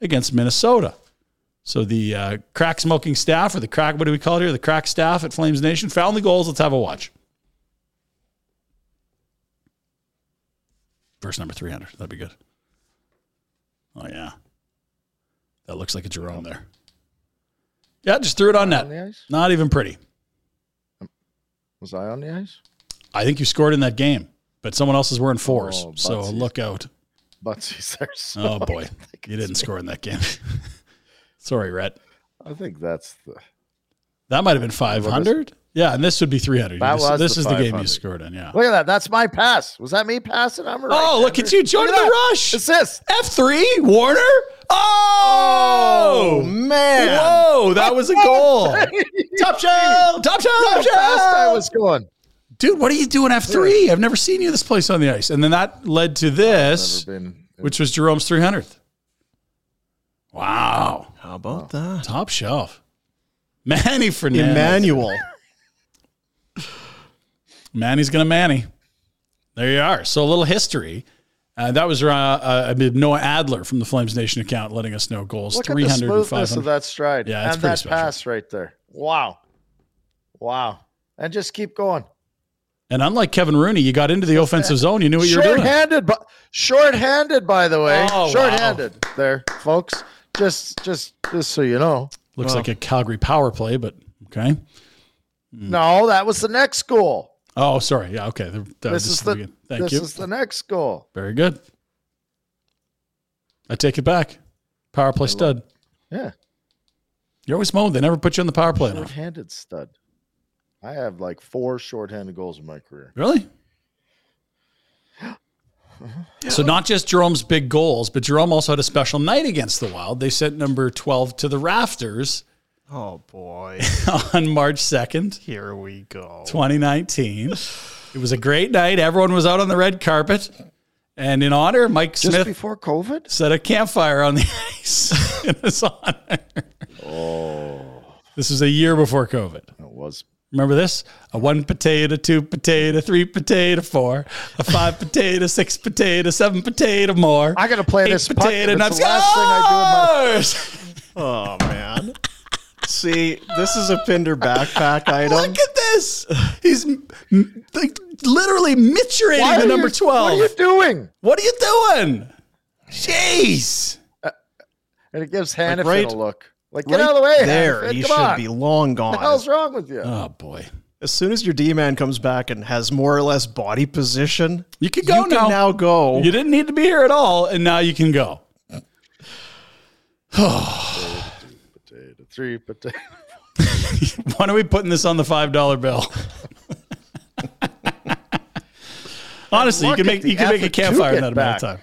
D: against Minnesota. So the uh, crack smoking staff, or the crack, what do we call it here? The crack staff at Flames Nation found the goals. Let's have a watch. Verse number 300. That'd be good. Oh, yeah. That looks like a Jerome there. Yeah, just threw it on
F: On
D: net.
F: the ice?
D: Not even pretty.
F: Was I on the ice?
D: I think you scored in that game, but someone else is wearing fours.
F: Oh,
D: so
F: butsies. [LAUGHS]
D: look out.
F: Butsy's there. So
D: [LAUGHS] Oh, boy.
F: think [LAUGHS]
D: You didn't score in that game. [LAUGHS] Sorry, Rhett.
F: I think that's the
D: That might have been 500. Yeah, and this would be 300.
F: That
D: This,
F: was
D: this
F: the
D: is the game you
F: 500.
D: scored in. Yeah.
F: Look at that. That's my pass. Was that me passing? I'm a right.
D: Oh, look at you joining the rush.
F: Assist.
D: F3, Warner. Oh,
C: man.
D: Whoa, that was a goal.
C: Top shelf.
D: Top shot. Top
F: Fast I
D: shot.
F: was going.
D: Dude, what are you doing F3? I've never seen you this place on the ice. And then that led to this,
F: Never been.
D: which was Jerome's 300th. Wow.
I: How about that?
D: Top shelf. Manny Fernandez.
C: Emmanuel.
D: Manny's going to Manny. There you are. So a little history. Uh, that was uh, uh, I mean, Noah Adler from the Flames Nation account letting us know goals
F: Look at the
D: 300 and
F: smoothness
D: 500.
F: of that stride.
D: Yeah, it's
F: and
D: pretty
F: that
D: special.
F: pass right there. Wow. Wow. And just keep going.
D: And unlike Kevin Rooney, you got into the offensive zone. You knew what you were doing.
F: Short-handed, but short-handed, by the way.
D: Oh, wow.
F: short-handed there, folks. Just, just, just so you know.
D: Looks like a Calgary power play, but okay. Mm.
F: No, that was the next goal.
D: Oh, sorry. Yeah, okay. There- that
F: This
D: was
F: is
D: just
F: the.
D: again. Thank
F: this
D: you.
F: is the next goal.
D: Very good. I take it back. Power play stud.
F: Yeah,
D: You're always mowed. They never put you on the power play enough.
F: short-handed stud. I have like four short-handed goals in my career.
D: Really? So not just Jerome's big goals, but Jerome also had a special night against the Wild. They sent number 12 to the rafters
C: Oh boy,
D: [LAUGHS] on March 2nd,
C: here we go.
D: 2019. It was a great night. Everyone was out on the red carpet. And in honor, Mike
F: Just
D: Smith
F: before COVID.
D: set a campfire on the [LAUGHS] ice in his honor.
C: Oh.
D: This was a year before COVID.
F: It was
D: Remember this? A one potato, two potato, three potato, four, a five potato, six potato, seven potato more.
F: I gotta play
D: eight
F: this puck.
D: potato
F: It's
D: nuts.
F: the last thing I [LAUGHS]
D: Scores!
C: Oh man. See, this is a Pinder backpack
D: [LAUGHS]
C: item.
D: Look at this? He's m- like literally
F: Why
D: miturating
F: are
D: the number
F: you- What are
D: 12.
F: you doing?
D: What are you doing? Jeez.
F: And it gives Hannafin
C: right-
F: a look. Like, get
C: Right
F: out of the way,
C: there,
F: Hannafin.
C: he
F: Come
C: should
F: on.
C: be long
F: What
C: gone.
F: the hell's wrong with you?
D: Oh, boy.
C: as soon as your D man comes back and has more or less body position,
D: You can go
C: you
D: now.
C: can now go.
D: You didn't need to be here at all, and now you can go.
F: potato, three potato.
D: Why are we putting this on the five dollar bill? Honestly, you
F: Look
D: can
F: at
D: make
F: the
D: you can make
F: effort
D: a
F: to
D: campfire in
F: get
D: that amount
F: back.
D: of time.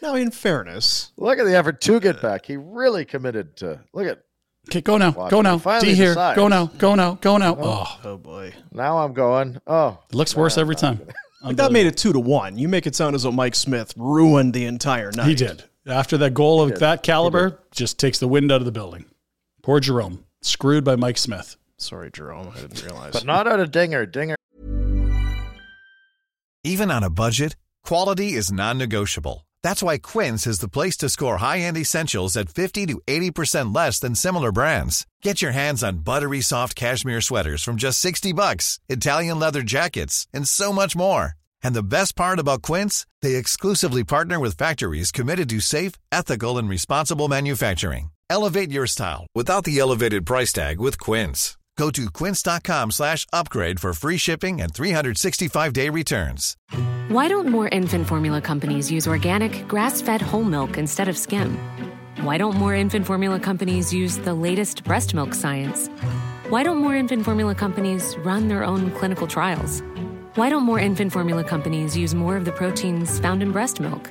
C: now, in fairness,
F: [LAUGHS] Look at the effort to get back. He really committed to. Look at
D: Okay, go now,
F: Watch
D: go
F: it.
D: now,
F: Finally
D: D here,
F: decides.
D: go now, go now, go now. Oh,
C: oh boy,
F: now. I'm going. Oh,
D: it looks worse
F: [LAUGHS]
D: every time.
C: like that made it two to one. You make it sound as though Mike Smith ruined the entire night.
D: He did after that goal of that caliber, just takes the wind out of the building. Poor Jerome, screwed by Mike Smith.
C: Sorry, Jerome, I didn't realize.
F: but not out of dinger. Dinger
J: Even on a budget, quality is non-negotiable. That's why Quince is the place to score high-end essentials at 50 to 80% less than similar brands. Get your hands on buttery soft cashmere sweaters from just 60 bucks, Italian leather jackets, and so much more. And the best part about Quince, they exclusively partner with factories committed to safe, ethical, and responsible manufacturing. Elevate your style without the elevated price tag with Quince. Go to quince.com slash upgrade for free shipping and 365-day returns.
B: Why don't more infant formula companies use organic, grass fed whole milk instead of skim? Why don't more infant formula companies use the latest breast milk science? Why don't more infant formula companies run their own clinical trials? Why don't more infant formula companies use more of the proteins found in breast milk?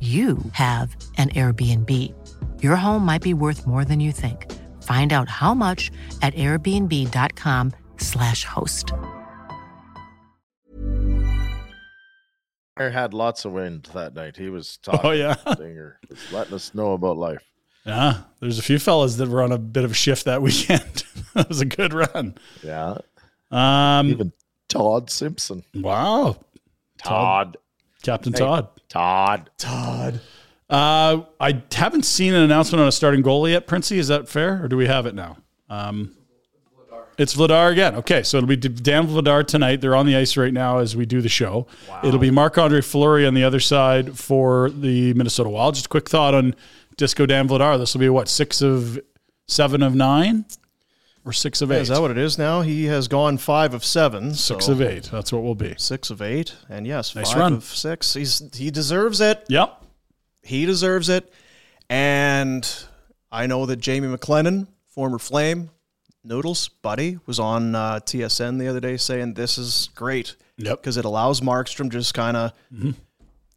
K: you have an Airbnb. Your home might be worth more than you think. Find out how much at airbnb.com/slash host.
F: had lots of wind that night. He was talking.
D: Oh yeah,
F: Dinger was letting us know about life.
D: yeah. Ah, There's a few fellas that were on a bit of a shift that [LAUGHS] weekend. that was a good run.
F: Yeah,
D: Um,
F: even Todd Simpson.
D: wow,
F: Todd.
D: Captain Todd.
F: Todd.
D: Uh, I haven't seen an announcement on a starting goalie yet, Princey. Is that fair, or do we have it now? Um, it's Vladar again. Okay, so it'll be D- Dan Vladar tonight. They're on the ice right now as we do the show. It'll be Marc Andre Fleury on the other side for the Minnesota Wild. Just a quick thought on Disco Dan Vladar. This will be what six of seven of nine, or six of eight.
C: Is that what it is now? He has gone five of seven. So
D: six of eight. That's what we'll be.
C: Six of eight, and yes,
D: Nice
C: five
D: run.
C: of six. He's he deserves it.
D: Yep.
C: He deserves it. And I know that Jamie McLennan, former Flame, Noodles buddy, was on uh, TSN the other day saying this is great
D: Yep.
C: because it allows Markstrom just kind of.
F: Mm-hmm.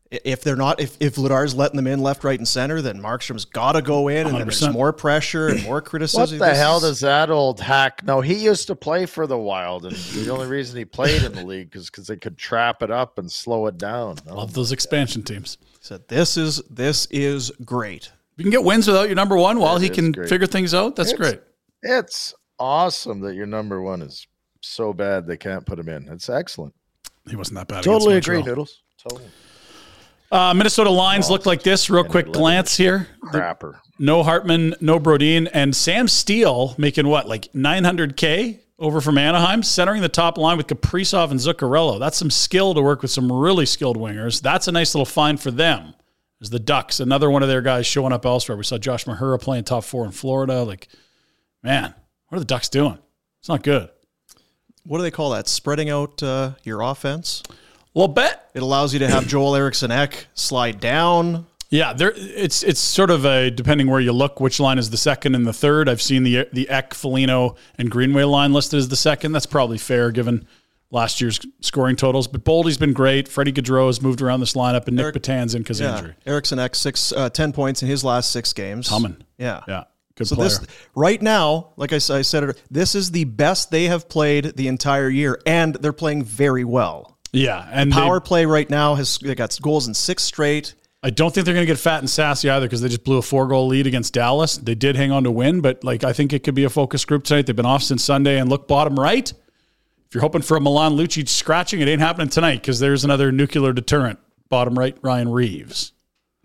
C: If they're not, if if Lidar's letting them in left, right, and center, then Markstrom's got to go in, and then there's
D: 100%.
C: more pressure and more
F: What
C: criticism.
F: the
C: This
F: hell
C: is-
F: does that old hack know? He used to play for the Wild, and the only reason he played in the league is because they could trap it up and slow it down. No?
D: Love those expansion teams.
C: said this is this is great.
D: If you can get wins without your number one while
F: That
D: he
F: is
D: can
F: great.
D: figure things out, that's
F: It's-
D: great.
F: It's awesome that your number one is so bad they can't put him in. It's excellent.
D: He wasn't that bad. against
F: Totally
D: Montreal.
F: agree, Noodles. Totally.
D: Uh, Minnesota lines look like this. Real quick glance here.
F: Crapper.
D: No Hartman, no Brodeen, and Sam Steele making what like 900k over from Anaheim, centering the top line with Kaprizov and Zuccarello. That's some skill to work with some really skilled wingers. That's a nice little find for them. Is the Ducks another one of their guys showing up elsewhere? We saw Josh Mahura playing top four in Florida. Like, man, what are the Ducks doing? It's not good.
C: What do they call that? Spreading out uh, your offense.
D: Well, bet
C: It allows you to
F: [CLEARS THROAT]
C: have Joel Erickson Eck slide down.
D: Yeah, there it's it's sort of a depending where you look, which line is the second and the third. I've seen the the Eck, Felino, and Greenway line listed as the second. That's probably fair given last year's scoring totals. But Boldy's been great. Freddie Gaudreau has moved around this lineup, and Nick Batan's in because injury.
C: Erickson X six uh, ten points in his last six games.
D: Humming.
C: Yeah.
D: Yeah. Good
C: so
D: player.
C: this right now, like I, s- I said, it- this is the best they have played the entire year, and they're playing very well.
D: yeah, and they-
C: Power play right now has they got goals in six straight.
D: I don't think they're going to get fat and sassy either because they just blew a four goal lead against Dallas. They did hang on to win, but like I think it could be a focus group tonight. They've been off since Sunday, and look bottom right. If you're hoping for a Milan Lucic scratching, it ain't happening tonight because there's another nuclear deterrent. Bottom right, Ryan Reeves.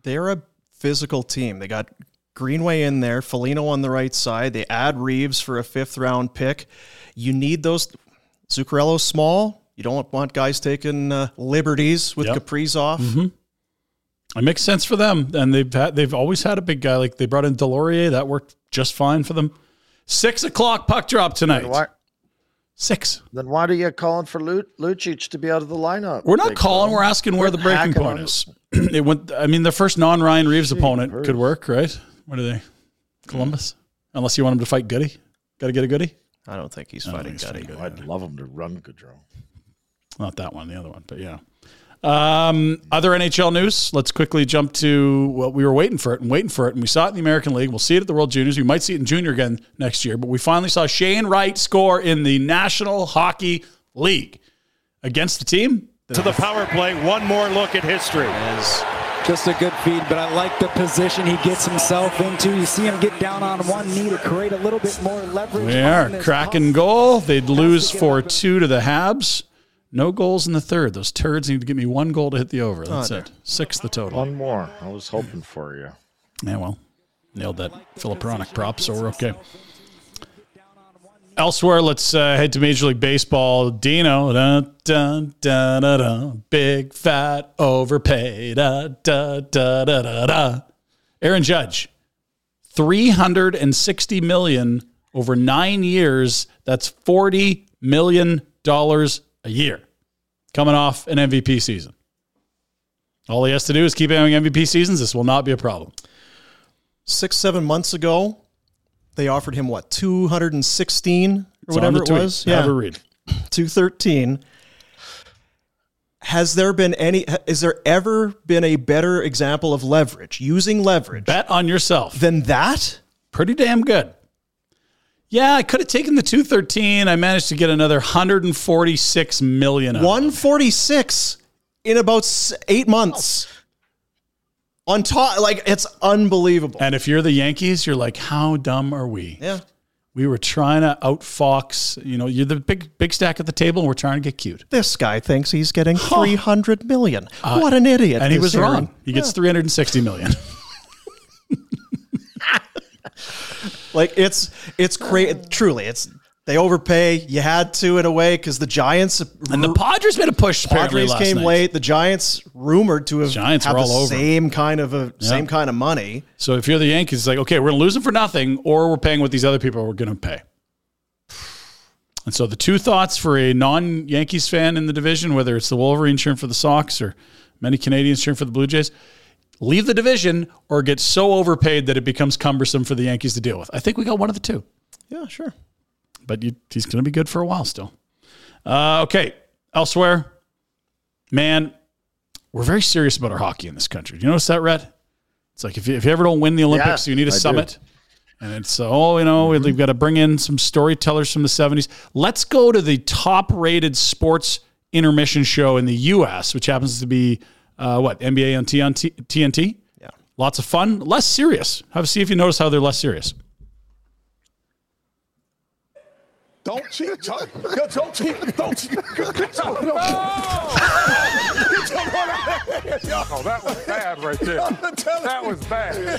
C: They're a physical team. They got Greenway in there, Felino on the right side. They add Reeves for a fifth round pick. You need those. Zuccarello small. You don't want guys taking uh, liberties with Kaprizov.
D: Mm-hmm. It makes sense for them, and they've had, they've always had a big guy. Like they brought in Delorier, that worked just fine for them. Six o'clock puck drop tonight.
F: why-
D: Six.
F: Then why do you calling for Lu- Lucic to be out of the lineup?
D: We're not
F: Big
D: calling.
F: Bill?
D: We're asking where the
F: Quit
D: breaking
F: hacking
D: point
F: on-
D: is. [CLEARS THROAT] it went. I mean, the first non Ryan Reeves opponent
F: Jeepers.
D: could work, right? What are they? Columbus. Unless you want him to fight Goody. Got to get a Goody.
C: I don't think he's
D: I don't
C: fighting
D: think he's
C: Goody.
F: Oh, I'd love him to run Gaudreau.
D: Not that one. The other one. But yeah. Um, other NHL news. Let's quickly jump to what we were waiting for it and waiting for it, and we saw it in the American League. We'll see it at the World Juniors. We might see it in Junior again next year. But we finally saw Shane Wright score in the National Hockey League against the team.
L: To the power play, one more look at history.
M: Just a good feed, but I like the position he gets himself into. You see him get down on one knee to create a little bit more leverage.
D: We are
M: on this
D: cracking goal. They'd lose four two to the Habs. No goals in the third. Those turds need to give me one goal to hit the over. That's
F: Oh,
D: it. Six the total.
F: One more. I was hoping for you.
D: Yeah, well, nailed that Philipperonic prop, so we're okay. Elsewhere, let's uh, head to Major League Baseball. Dino, da, da, da, da, da, big fat overpay, da, da, da, da, da, da. Aaron Judge, three hundred and sixty million over nine years. That's forty million dollars a year, coming off an MVP season. All he has to do is keep having MVP seasons. This will not be a problem.
C: Six seven months ago, they offered him what two hundred and sixteen or
D: It's on
C: whatever
D: the
C: it
D: tweet.
C: was.
D: Have a read.
C: two thirteen. Has there been any? Is there ever been a better example of leverage using leverage?
D: Bet on yourself.
C: Than that,
D: pretty damn good. Yeah, I could have taken the 213. I managed to get another 146 million. out of it.
C: One forty six in about s- eight months. On top, like it's unbelievable.
D: And if you're the Yankees, you're like, how dumb are we?
C: Yeah.
D: We were trying to outfox, you know, you're the big big stack at the table and we're trying to get cute.
C: This guy thinks he's getting three hundred million.
D: Uh,
C: what an idiot!
D: And he
C: this
D: was
C: Aaron.
D: wrong. He gets
C: Yeah.
D: 360 million.
C: Like it's it's crazy. Truly, it's they overpay. You had to in a way because the Giants
D: And the Padres made a push apparently
C: Padres
D: last
C: came
D: night.
C: late. The Giants rumored to have
D: Giants
C: had
D: were
C: the
D: all over.
C: same kind of a same kind of money.
D: So if you're the Yankees, it's like, okay, we're going to lose them for nothing, or we're paying what these other people are going to pay. And so the two thoughts for a non Yankees fan in the division, whether it's the Wolverine cheering for the Sox or many Canadians cheering for the Blue Jays, leave the division or get so overpaid that it becomes cumbersome for the Yankees to deal with. I think we got one of the two,
C: Yeah, sure.
D: but you, he's going to be good for a while still. Uh, okay. Elsewhere, man, we're very serious about our hockey in this country. Do you notice that, Red? It's like if you, if you ever don't win the Olympics,
F: Yeah,
D: you need
F: I
D: a
F: do. Mm-hmm.
D: summit. And it's uh, oh, you know, we've got to bring in some storytellers from the 70s. Let's go to the top rated sports intermission show in the US, which happens to be uh, what? NBA on T- on T- TNT? Yeah. Lots of fun, less serious. Have see if you notice how they're less serious.
N: Don't cheat, Chuck. Yeah, Don't cheat. [LAUGHS] Don't cheat. Good job. No. [LAUGHS]
O: Oh, that was bad right
N: [LAUGHS]
O: there. That was bad.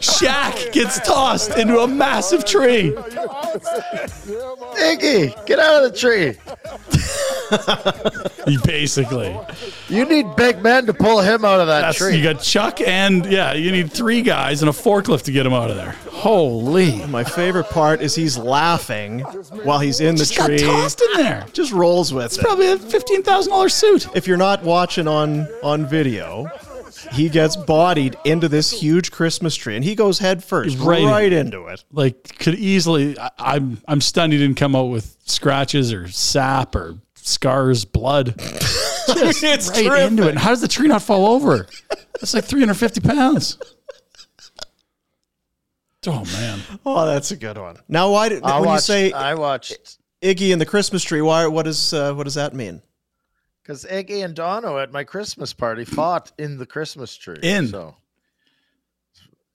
D: Shaq gets tossed into a massive tree.
F: Iggy, get out of the tree.
D: Basically.
F: You need big men to pull him out of that
D: That's-
F: tree.
D: You got Chuck and yeah, you need three guys and a forklift to get him out of there. Holy!
C: My favorite part is he's laughing while he's in the
D: Just got
C: tree.
D: tossed in there.
C: Just rolls with it.
D: Probably a fifteen thousand dollar suit.
C: If you're not watching on on video, he gets bodied into this huge Christmas tree, and he goes head first, right,
D: [LAUGHS]
C: into it.
D: Like could easily. I, I'm I'm stunned he didn't come out with scratches or sap or scars, [LAUGHS] blood. Just
C: It's
D: right into it. And how does the tree not fall over? That's like 350 [LAUGHS] pounds. Oh man.
C: Oh, that's a good one. Now, why did,
F: I
C: when you
F: watched-
C: say
F: I watched
C: Iggy and the Christmas tree? Why? What does uh, what does that mean?
F: because Iggy and Dono at my Christmas party fought in the Christmas tree.
D: In.
F: so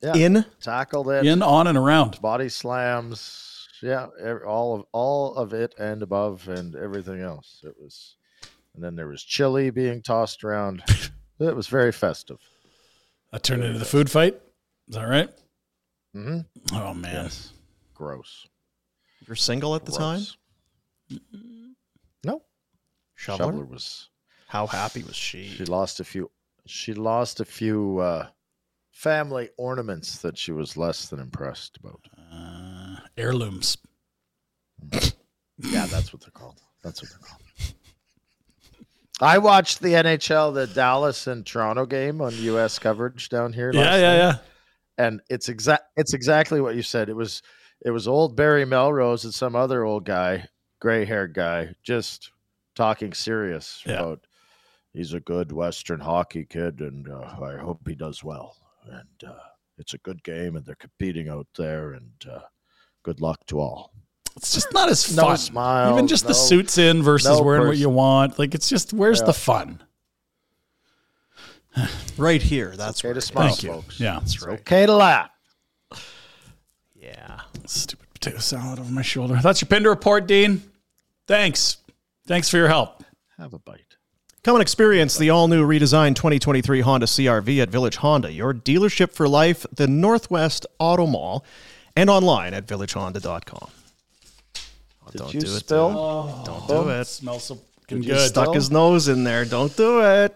F: yeah,
D: In?
F: tackled it
D: In, on, and around.
F: body slams. Yeah, ev- all of all of it and above and everything else. It was, and then there was chili being tossed around. it was very festive.
D: That turned into the food fight. Is that right?
F: Mm-hmm.
D: Oh man.
F: Gross.
C: You're single at the time.
F: Gross. No.
C: Shoveler? E
F: was.
C: How happy was she?
F: She lost a few. She lost a few uh, family ornaments that she was less than impressed about.
D: Heirlooms.
F: Yeah, that's what they're called. That's what they're called. I watched the NHL, the Dallas and Toronto game on U.S. coverage down here.
D: Yeah,
F: last
D: yeah,
F: night.
D: yeah.
F: And it's exact. It's exactly what you said. It was, it was old Barry Melrose and some other old guy, gray-haired guy, just talking serious about. He's a good Western hockey kid, and uh, I hope he does well. And uh, it's a good game, and they're competing out there. And uh, good luck to all.
D: It's just not as
F: No
D: fun.
F: smiles,
D: Even just the
F: no-
D: suits in versus
F: no
D: wearing what
F: pers-
D: you want. Like it's just where's
F: Yeah.
D: the fun? [SIGHS]
C: Right here. That's
F: okay
C: where
F: to
C: it is.
F: smile,
D: Thank you.
F: folks.
D: Yeah.
C: That's right.
F: Okay to laugh.
C: Yeah.
D: Stupid potato salad over my shoulder. That's your Pinder report, Dean. Thanks. Thanks for your help.
F: Have a bite.
C: Come and experience the all new redesigned 2023 Honda CRV at Village Honda, your dealership for life, the Northwest Auto Mall, and online at villagehonda.com.
F: Did
C: Oh, don't
F: you
C: do it,
F: spill?
C: dude.
D: Don't
C: do it.
D: Smells so
C: He
D: fucking good.
C: stuck his nose in there. Don't do it.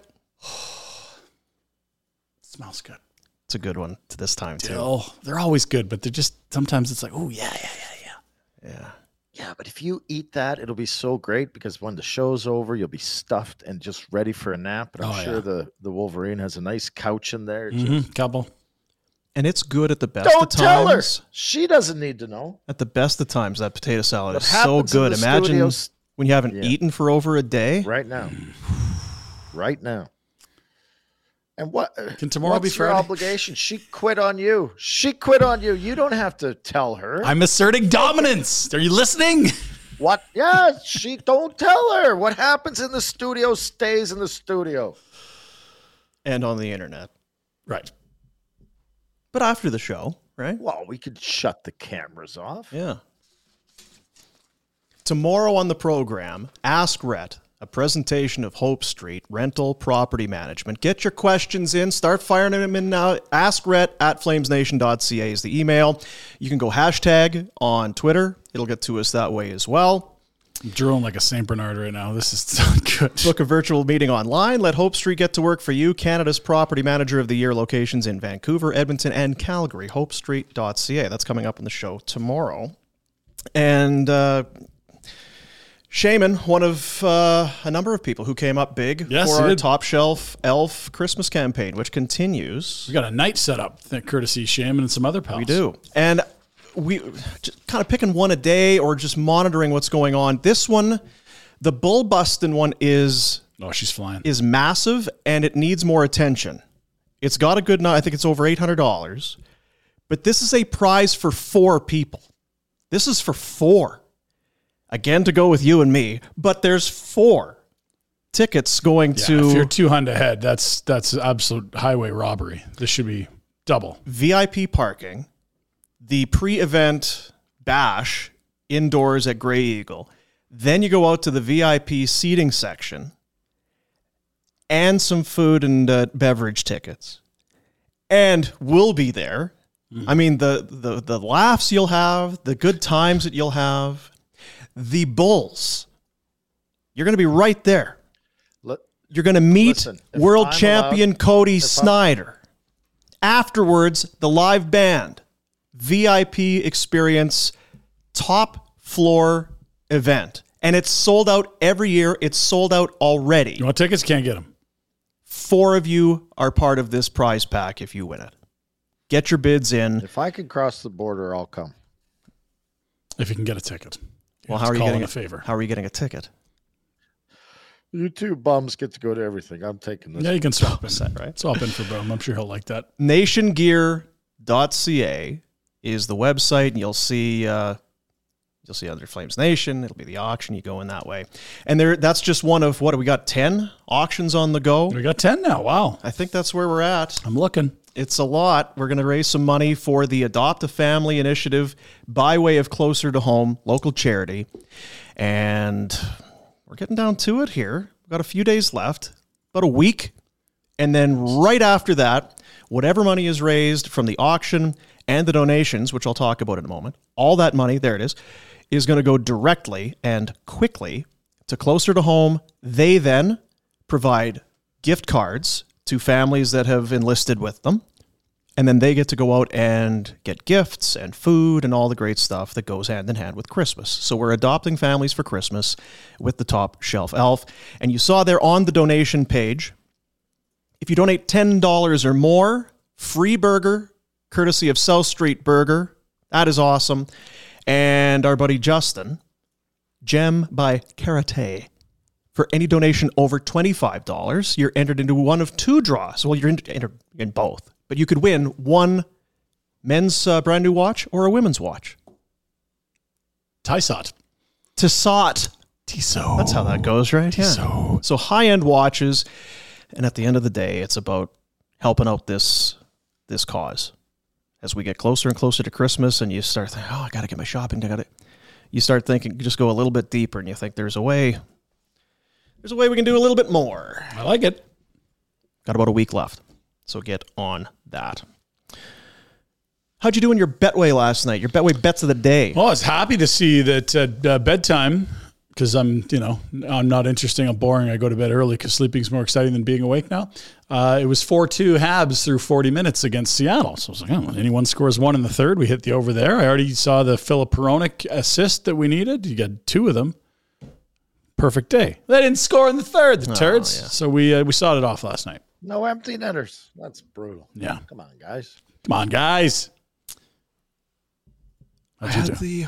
D: smells good.
C: It's a good one to this time, too.
D: Dill. They're always good, but they're just sometimes it's like, oh yeah, yeah, yeah.
F: Yeah, but if you eat that, it'll be so great because when the show's over, you'll be stuffed and just ready for a nap. But I'm
D: Oh,
F: sure
D: yeah.
F: the, the Wolverine has a nice couch in there.
D: Mhm, Couple.
C: And it's good at the best
F: Don't
C: of
F: tell her.
C: times.
F: She doesn't need to know.
C: At the best of times, that potato salad
F: What
C: is so
F: happens in
C: good.
F: the
C: Imagine
D: [SIGHS]
F: studios-
C: when you haven't
F: Yeah.
C: eaten for over a day.
F: Right now. right now. And what uh,
D: Can tomorrow be
F: what's your
D: Friday?
F: obligation? She quit on you. She quit on you. You don't have to tell her.
D: I'm asserting dominance. Are you listening?
F: what? Yeah, she don't tell her. What happens in the studio stays in the studio.
C: And on the internet.
D: Right.
C: But after the show, right?
F: Well, we could shut the cameras off.
C: Yeah. Tomorrow on the program, Ask Rhett, a presentation of Hope Street Rental Property Management. Get your questions in. Start firing them in now. Ask Rhett at flamesnation.ca is the email. You can go hashtag on Twitter. It'll get to us that way as well.
D: I'm drooling like a Saint Bernard right now. This is [LAUGHS] not good.
C: Book a virtual meeting online. Let Hope Street get to work for you. Canada's Property Manager of the Year locations in Vancouver, Edmonton, and Calgary. HopeStreet.ca. That's coming up on the show tomorrow. And uh, Shaman, one of uh, a number of people who came up big
D: Yes,
C: for
D: he
C: our
D: did.
C: Top Shelf Elf Christmas campaign, which continues.
D: We got a night set up, thank courtesy Shaman and some other pals.
C: We do. And we just kind of picking one a day or just monitoring what's going on. This one, the bull busting one, is
D: Oh, she's flying.
C: is massive and it needs more attention. It's got a good night. I think it's over $800. But this is a prize for four people. This is for four. Again, to go with you and me, but there's four tickets going
D: Yeah, if you're
C: to
D: two hundred ahead, that's that's absolute highway robbery. This should be double.
C: VIP parking, the pre event bash indoors at Grey Eagle. Then you go out to the VIP seating section and some food and uh, beverage tickets. And we'll be there. I mean, the, the, the laughs you'll have, the good times that you'll have, the bulls. You're going to be right there.
F: Let,
C: You're going to meet
F: Listen, if
C: world
F: I'm
C: champion
F: allowed-
C: Cody
F: if I-
C: Snyder. Afterwards, the live band, VIP experience, top floor event. And it's sold out every year. It's sold out already.
D: You want tickets? Can't get them.
C: Four of you are part of this prize pack if you win it. Get your bids in.
F: If I could cross the border, I'll come.
D: If you can get a ticket.
C: Well,
D: have
C: how
D: to
C: are you
D: call
C: getting
D: in a favor?
C: How are you getting a ticket?
F: You two bums get to go to everything. I'm taking this.
D: Yeah, you can swap in. right? Swap in for Boom. I'm sure he'll like that.
C: nationgear.ca is the website and you'll see uh, you'll see under flames nation it'll be the auction you go in that way and there that's just one of what we got 10 auctions on the go we
D: got 10 now wow
C: i think that's where we're at
D: i'm looking
C: it's a lot we're going to raise some money for the adopt a family initiative by way of closer to home local charity and we're getting down to it here we've got a few days left about a week and then right after that, whatever money is raised from the auction and the donations, which I'll talk about in a moment, all that money, there it is, is going to go directly and quickly to closer to home. They then provide gift cards to families that have enlisted with them. And then they get to go out and get gifts and food and all the great stuff that goes hand in hand with Christmas. So we're adopting families for Christmas with the top shelf elf. And you saw there on the donation page, if you donate $10 or more, free burger, courtesy of South Street Burger. That is awesome. And our buddy Justin, Gem by Karate. For any donation over $25, you're entered into one of two draws. Well, you're in- entered in both, but you could win one men's uh, brand new watch or a women's watch.
D: Tysot.
C: Tissot.
D: Tissot.
C: That's how that goes, right? Yeah. So high end watches. And at the end of the day, it's about helping out this this cause. As we get closer and closer to Christmas, and you start thinking, "Oh, I got to get my shopping. I got to," you start thinking, you just go a little bit deeper, and you think, "There's a way. There's a way we can do a little bit more."
D: I like it.
C: Got about a week left, so get on that. How'd you do in your betway last night? Your betway bets of the day.
D: Well, I was happy to see that at uh, bedtime, because I'm, you know, I'm not interesting. I'm boring. I go to bed early because sleeping's more exciting than being awake now. Uh, it was 4 2 Habs through 40 minutes against Seattle. So I was like, oh, anyone scores one in the third, we hit the over there. I already saw the Philip Peronic assist that we needed. You got two of them. Perfect day. They didn't score in the third, the
F: Oh,
D: turds.
F: yeah.
D: So we uh, we sawed it off last night.
F: No empty netters. That's brutal.
D: Yeah.
F: Come on, guys.
D: Come on, guys. How'd you
C: had
D: do?
C: the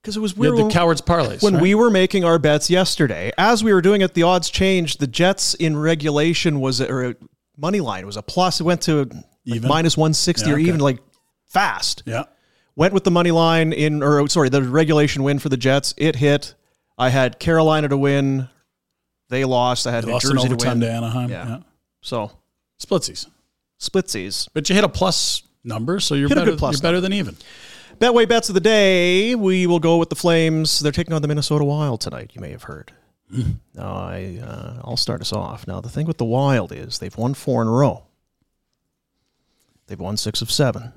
C: because it was
D: You had
C: weird
D: the
C: when-
D: cowards parlays,
C: when
D: right?
C: we were making our bets yesterday. As we were doing it, the odds changed. The Jets in regulation was or uh, money line was a plus. It went to like, minus one sixty
D: Yeah,
C: or
D: okay.
C: even like fast.
D: Yeah.
C: Went with the money line in or oh, sorry the regulation win for the Jets. It hit. I had Carolina to win. They lost. I had
D: They
C: New
D: lost in
C: Jersey
D: overtime
C: to,
D: to
C: win.
D: Anaheim, yeah.
C: So
D: splitsies,
C: splitsies.
D: But you hit a plus number, so you're
C: Hit a
D: better,
C: good plus
D: you're better than even.
C: Betway bets of the day. We will go with the Flames. They're taking on the Minnesota Wild tonight. You may have heard. No, I uh, I'll start us off. Now the thing with the Wild is they've won four in a row. They've won six of seven.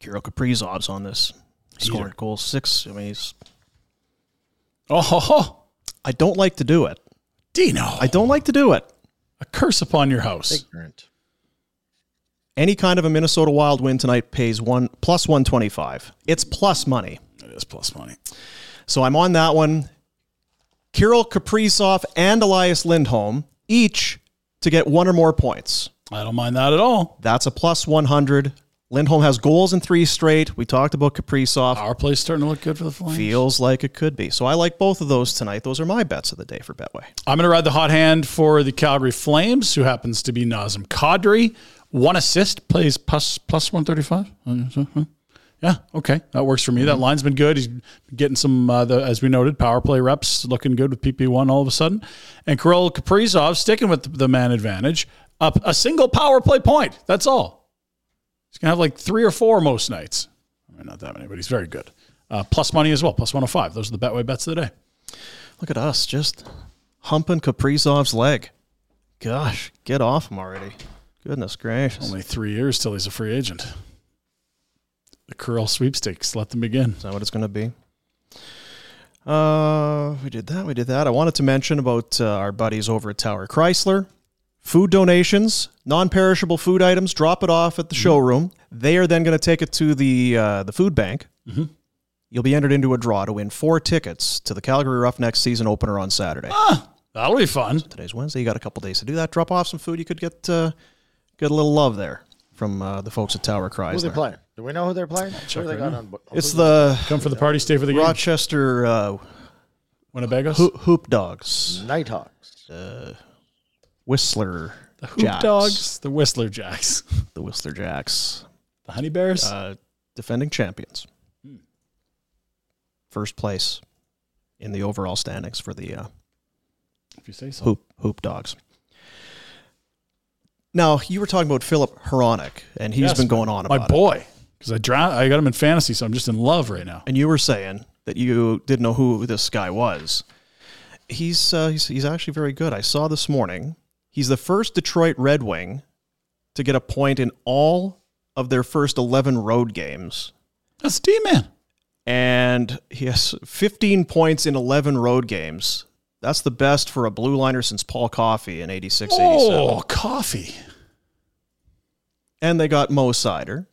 C: Kirill Kaprizov's on this scoring goal six. I mean, he's
D: oh, [LAUGHS] ho, ho.
C: I don't like to do it,
D: Dino.
C: I don't like to do it.
D: A curse upon your house.
F: Ignorant.
C: Any kind of a Minnesota Wild win tonight pays one plus one twenty five. It's plus money.
D: It is plus money.
C: So I'm on that one. Kirill Kaprizov and Elias Lindholm each to get one or more points.
D: I don't mind that at all.
C: That's a plus 100. Lindholm has goals in three straight. We talked about Kaprizov.
D: Our play's starting to look good for the Flames.
C: Feels like it could be. So I like both of those tonight. Those are my bets of the day for Betway.
D: I'm going to ride the hot hand for the Calgary Flames, who happens to be Nazem Kadri. One assist plays plus plus 135. Yeah, okay, that works for me. That line's been good. He's getting some, uh, the, as we noted, power play reps, looking good with PP one all of a sudden. And Kirill Kaprizov sticking with the, the man advantage, up a single power play point. That's all. He's gonna have like three or four most nights. I mean, not that many, but he's very good. Uh, plus money as well, plus 105. Those are the Betway bets of the day.
C: Look at us just humping Kaprizov's leg. Gosh, get off him already. Goodness gracious.
D: Only three years till he's a free agent. The curl sweepstakes. Let them begin.
C: Is that what it's going to be? Uh, we did that. We did that. I wanted to mention about uh, our buddies over at Tower Chrysler. Food donations, non-perishable food items. Drop it off
F: Mm-hmm.
C: at the showroom. They are then going to take it to the uh, the food bank.
F: Mm-hmm.
D: Mhm.
C: You'll be entered into a draw to win four tickets to the Calgary Roughnecks season opener on Saturday.
D: Ah, that'll be fun.
C: today's Wednesday. You got a couple days to do that. Drop off some food. You could get uh, get a little love there from uh, the folks at Tower
F: Who are they
C: Chrysler.
F: playing? Do we know who they're playing? Who they got on?
C: It's the
D: come for the party, stay for the game.
C: Rochester uh,
D: Winnebago's?
C: Ho- hoop dogs.
F: Nighthawks.
C: Uh, Whistler. The
D: Hoop Dogs, the Whistler Jacks, [LAUGHS]
C: The Whistler Jacks.
D: the Honey Bears.
C: Uh, defending champions.
D: Hmm.
C: First place in the overall standings for the uh,
D: if you say so.
C: hoop hoop dogs. Now you were talking about Philip Heronic, and he's
D: he's
C: been going on
D: my
C: about it.
D: boy because I dra- I got him in fantasy, so I'm just in love right now.
C: And you were saying that you didn't know who this guy was. He's uh, he's he's actually very good. I saw this morning. He's the first Detroit Red Wing to get a point in all of their first 11 road games.
D: That's D man.
C: and he has 15 points in 11 road games. That's the best for a blue liner since Paul Coffey in 86
D: Oh,
C: 87.
D: coffee.
C: And they got Mo Sider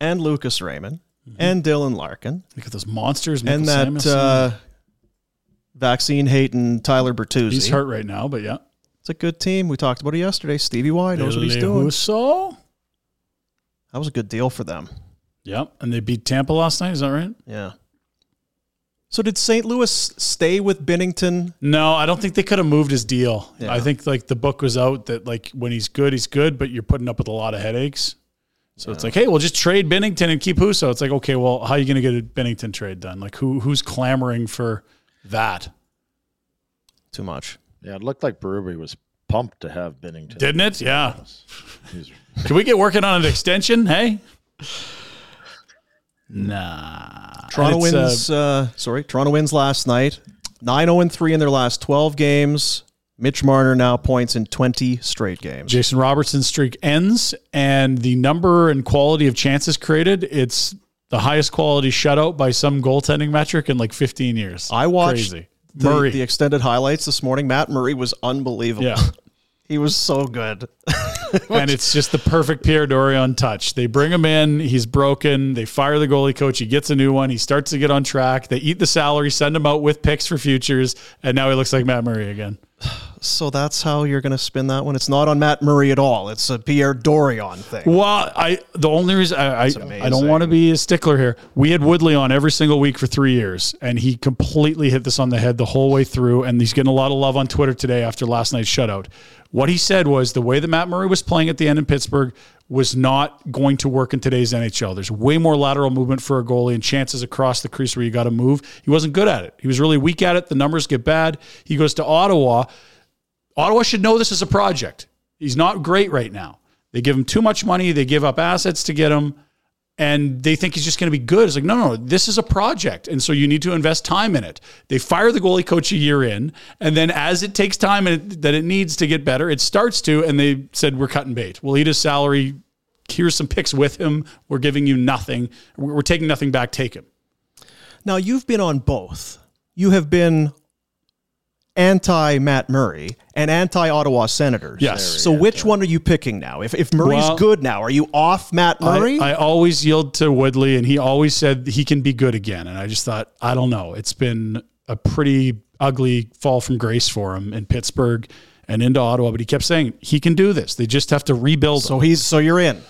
C: and Lucas Raymond and Dylan Larkin
D: Look at those monsters.
C: and
D: Mikkel
C: that
D: Samuelson.
C: uh, vaccine hating Tyler Bertuzzi.
D: he's hurt right now, but yeah.
C: It's a good team. We talked about it yesterday. Stevie Y knows what he's
D: Billy
C: doing.
D: Huso?
C: That was a good deal for them.
D: Yep, and they beat Tampa last night. Is that right?
C: Yeah. So did St. Louis stay with Bennington?
D: No, I don't think they could have moved his deal.
C: Yeah.
D: I think like the book was out that like when he's good, he's good, but you're putting up with a lot of headaches. So it's like, hey, we'll just trade Bennington and keep Huso. It's like, okay, well, how are you going to get a Bennington trade done? Like, who who's clamoring for that?
C: Too much.
F: Yeah, it looked like Berube was pumped to have Bennington.
D: Didn't it? Yeah.
F: He's-
D: [LAUGHS] Can we get working on an extension? Hey. [LAUGHS] Nah.
C: Toronto
D: And it's, uh,
C: wins. Uh, sorry, Toronto wins last night. 9 0 3 in their last 12 games. Mitch Marner now points in 20 straight games.
D: Jason Robertson's streak ends, and the number and quality of chances created, it's the highest quality shutout by some goaltending metric in like 15 years.
C: I watched
D: Crazy.
C: the,
D: Murray.
C: the extended highlights this morning. Matt Murray was
D: [LAUGHS]
C: unbelievable. [LAUGHS]
D: yeah.
C: He was so good.
D: and it's just the perfect Pierre Dorian touch. They bring him in. He's broken. They fire the goalie coach. He gets a new one. He starts to get on track. They eat the salary, send him out with picks for futures, and now he looks like Matt Murray again.
C: So that's how you're going to spin that one. It's not on Matt Murray at all. It's a Pierre Dorion thing.
D: Well, I the only reason I I, I don't
C: amazing.
D: want to be a stickler here. We had Woodley on every single week for three years, and he completely hit this on the head the whole way through. And he's getting a lot of love on Twitter today after last night's shutout. What he said was the way that Matt Murray was playing at the end in Pittsburgh was not going to work in today's NHL. There's way more lateral movement for a goalie and chances across the crease where you got to move. He wasn't good at it. He was really weak at it. The numbers get bad. He goes to Ottawa. Ottawa should know this is a project. He's not great right now. They give him too much money. They give up assets to get him, and they think he's just going to be good. It's like, no, no, no, this is a project. And so you need to invest time in it. They fire the goalie coach a year in, and then as it takes time and it, that it needs to get better, it starts to, and they said, we're cutting bait. We'll eat his salary. Here's some picks with him. We're giving you nothing. We're we're taking nothing back. Take him.
C: Now, you've been on both. You have been anti Matt Murray and anti Ottawa Senators.
D: Yes.
C: So which one are you picking now? If, if Murray's
D: Well-
C: good now, are you off Matt Murray?
D: I, I always yield to Woodley, and he always said he can be good again. And I just thought, I don't know. It's been a pretty ugly fall from grace for him in Pittsburgh and into Ottawa, but he kept saying he can do this. They just have to rebuild.
C: so
D: him.
C: he's so you're in.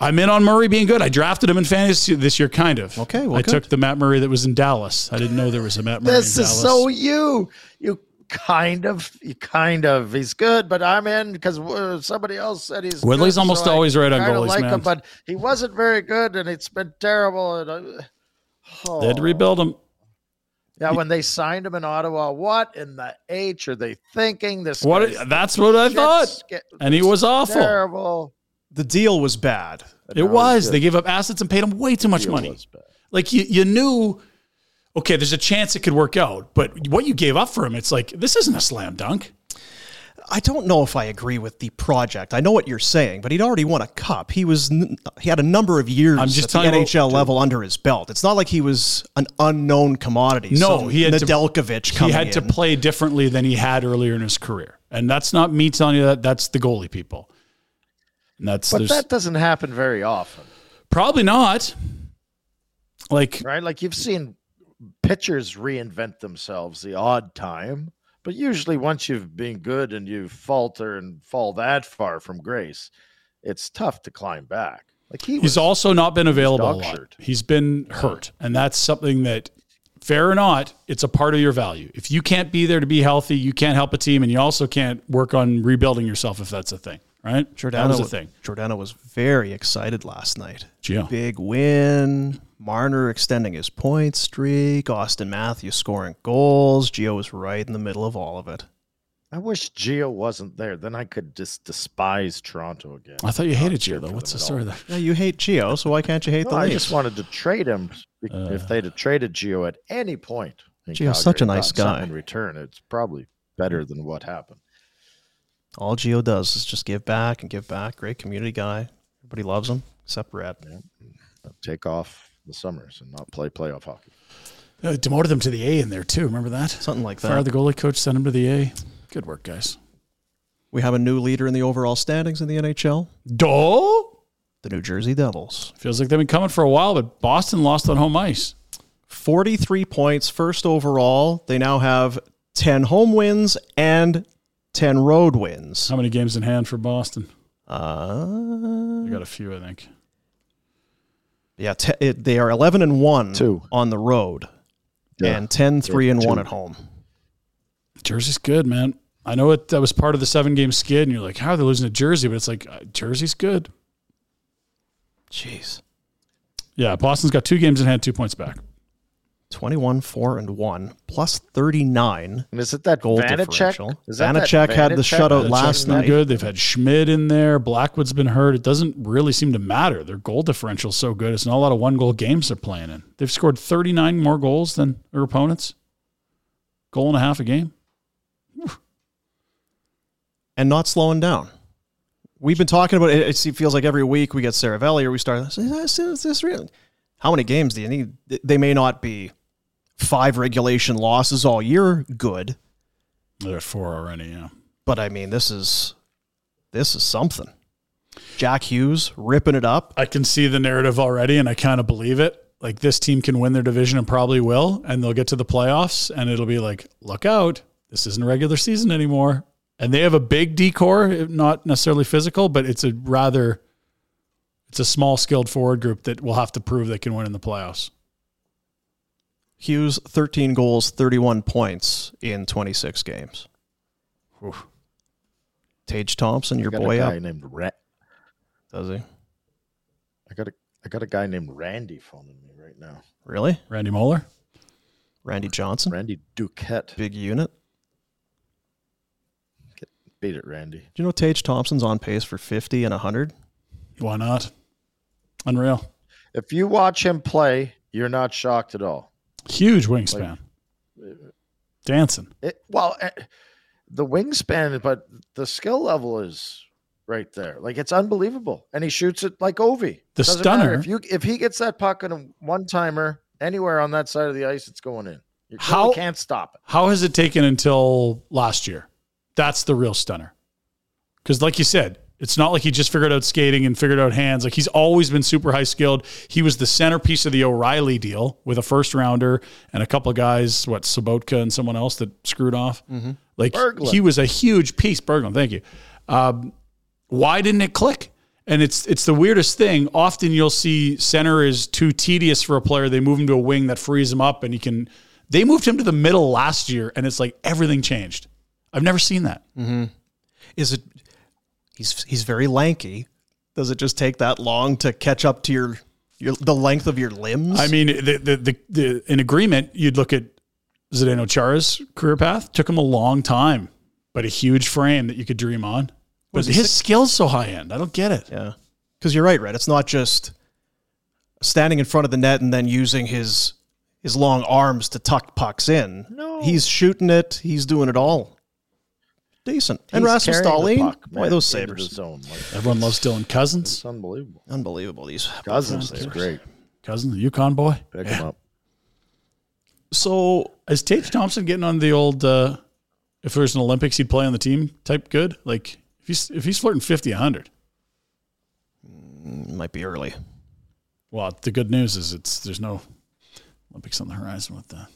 D: I'm in on Murray being good. I drafted him in fantasy this year, kind of.
C: Okay, well,
D: I
C: good.
D: took the Matt Murray that was in Dallas. I didn't know there was a Matt Murray.
F: this
D: in
F: is
D: Dallas.
F: so you. You kind of, you kind of. He's good, but I'm in because uh, somebody else said he's.
D: Woodley's
F: good,
D: almost
F: so I
D: always right on
F: kinda
D: goalies,
F: like
D: man.
F: Him, but he wasn't very good, and it's been terrible. And, uh, oh.
D: They had to rebuild him.
F: Yeah, when they signed him in Ottawa, what in the H are they thinking? This
D: What? That's what I thought. And he was awful.
F: Terrible.
C: The deal was bad.
D: It was. They gave up assets and paid him way too much
F: Deal
D: money.
F: was bad.
D: Like you, you knew, okay, there's a chance it could work out, but what you gave up for him, it's like this isn't a slam dunk.
C: I don't know if I agree with the project. I know what you're saying, but he'd already won a cup. He was n- he had a number of years
D: I'm just
C: at the
D: telling you what-
C: NHL level under his belt. It's not like he was an unknown commodity.
D: No,
C: some
D: he had to-
C: Nedeljkovic coming
D: he had to
C: in.
D: play differently than he had earlier in his career, and that's not me telling you that. That's the goalie people, and that's
F: But
D: there's-
F: that doesn't happen very often,
D: probably not. Like
F: right? Like you've seen pitchers reinvent themselves the odd time, but usually once you've been good and you falter and fall that far from grace, it's tough to climb back. Like he
D: he's
F: was
D: also not been available a
F: dog
D: lot.
F: shirt.
D: He's been hurt, and that's something that fair or not, it's a part of your value. If you can't be there to be healthy, you can't help a team, and you also can't work on rebuilding yourself if that's a thing, right? that was a
C: wa-
D: thing.
C: Giordano was very excited last night.
D: Yeah.
C: Big win. Marner extending his point streak. Austin Matthews scoring goals. Gio was right in the middle of all of it.
F: I wish Geo wasn't there. Then I could just despise Toronto again.
D: I thought you
F: Not
D: hated
F: cheer
D: Gio though.
F: for
D: What's the
F: them at
D: story there?
C: Yeah, you hate Gio, so why can't you hate
F: all.
C: the
F: No, I
C: Leafs?
F: just wanted to trade him be-
D: Uh.
F: if they'd have traded Geo at any point. in
C: Gio's
F: Calgary
C: such a
F: and
C: nice
F: got something
C: guy.
F: In return, it's probably better than what happened.
C: all Gio does is just give back and give back. Great community guy. Everybody loves him except Red.
F: Take off the summers and not play playoff hockey.
D: Uh, demoted them to the A in there too. Remember that?
C: Something like that.
D: Fire the goalie coach, sent him to the A. Good work, guys.
C: We have a new leader in the overall standings in the NHL.
D: Duh.
C: The New Jersey Devils.
D: Feels like they've been coming for a while, but Boston lost on home ice.
C: 43 points, first overall. They now have 10 home wins and 10 road wins.
D: How many games in hand for Boston?
C: Uh,
D: They got a few, I think.
C: yeah, te- it, they are 11 and 1
F: Two.
C: on the road
F: Yeah.
C: and 10 3 and 1
F: Two.
C: at home.
D: Jersey's good, man. I know it. That was part of the seven-game skid, and you're like, "How are they losing to Jersey?" But it's like uh, Jersey's good.
C: Jeez.
D: Yeah, Boston's got two games in hand, two points back.
C: 21 4 and 1 plus 39.
F: And is it that
C: Goal
F: Vanacek?
C: differential.
F: Is that that
C: Vanacek had the
F: Vanacek?
C: shutout
D: Vanacek's
C: Oh, last
D: been
C: night.
D: Good. They've had Schmidt in there. Blackwood's been hurt. It doesn't really seem to matter. Their goal differential's so good. It's not a lot of one-goal games they're playing in. They've scored 39 more goals than their opponents. Goal and a half a game.
C: and not slowing down. We've been talking about it. It feels like every week we get Saravelli or we start. Is this, is this real? How many games do you need? They may not be five regulation losses all year. Good,
D: They're at four already. Yeah.
C: but I mean, this is this is something. Jack Hughes ripping it up.
D: I can see the narrative already and I kind of believe it. Like this team can win their division and probably will, and they'll get to the playoffs and it'll be like, look out, this isn't a regular season anymore. And they have a big decor, not necessarily physical, but it's a rather it's a small skilled forward group that will have to prove they can win in the playoffs.
C: Hughes thirteen goals, thirty one points in twenty six games.
D: Oof.
C: Tage Thompson, your
F: I got a
C: boy
F: guy
C: up,
F: named Ra-
C: does he
F: I got a I got a guy named Randy phoning me right now.
C: really?
D: Randy Moeller?
C: Randy Johnson,
F: Randy Duquette.
C: big unit.
F: Beat it, Randy.
C: Do you know Tage Thompson's on pace for 50 and 100?
D: Why not? Unreal.
F: If you watch him play, you're not shocked at all.
D: Huge wingspan. Dancing.
F: It, well, eh, the wingspan, but the skill level is right there. Like it's unbelievable, and he shoots it like Ovi.
D: The
F: Doesn't
D: stunner-
F: Matter. If you if he gets that puck in a one timer anywhere on that side of the ice, it's going in. You
D: How-
F: really can't stop it?
D: How has it taken until last year? That's the real stunner. Because, like you said, it's not like he just figured out skating and figured out hands. Like he's always been super high skilled. He was the centerpiece of the O'Reilly deal with a first rounder and a couple of guys, what Sabotka and someone else that screwed off. Like
F: Berglund.
D: he was a huge piece. Berglund, thank you. Um, why didn't it click? And it's it's the weirdest thing. Often you'll see center is too tedious for a player. They move him to a wing that frees him up, and he can. They moved him to the middle last year, and it's like everything changed. I've never seen that.
C: Is it he's he's very lanky. Does it just take that long to catch up to your your the length of your limbs?
D: I mean, the the the, the in agreement, you'd look at Zdeno Chara's career path. Took him a long time, but a huge frame that you could dream on. But
C: Was he
D: his
C: six-
D: skill's so high end. I don't get it.
C: yeah. Cuz you're right, Red. It's not just standing in front of the net and then using his his long arms to tuck pucks in.
F: No.
C: He's shooting it, he's doing it all. Decent. and
F: He's
C: Rasmus
F: carrying the
C: Dahlin,
F: puck,
C: boy,
F: man,
C: those
F: into the
C: sabers.
F: zone. Like,
D: Everyone loves Dylan Cousins.
F: it's unbelievable.
C: Unbelievable these.
F: Cousins is
D: Sabres.
F: great.
D: Cousins, the Yukon boy.
F: Pick him up.
D: So is Tate Thompson getting on the old? Uh, if there's an Olympics, he'd play on the team type. Good. Like if he's if he's flirting 50, 100.
C: Might be early.
D: Well, the good news is it's there's no Olympics on the horizon with that.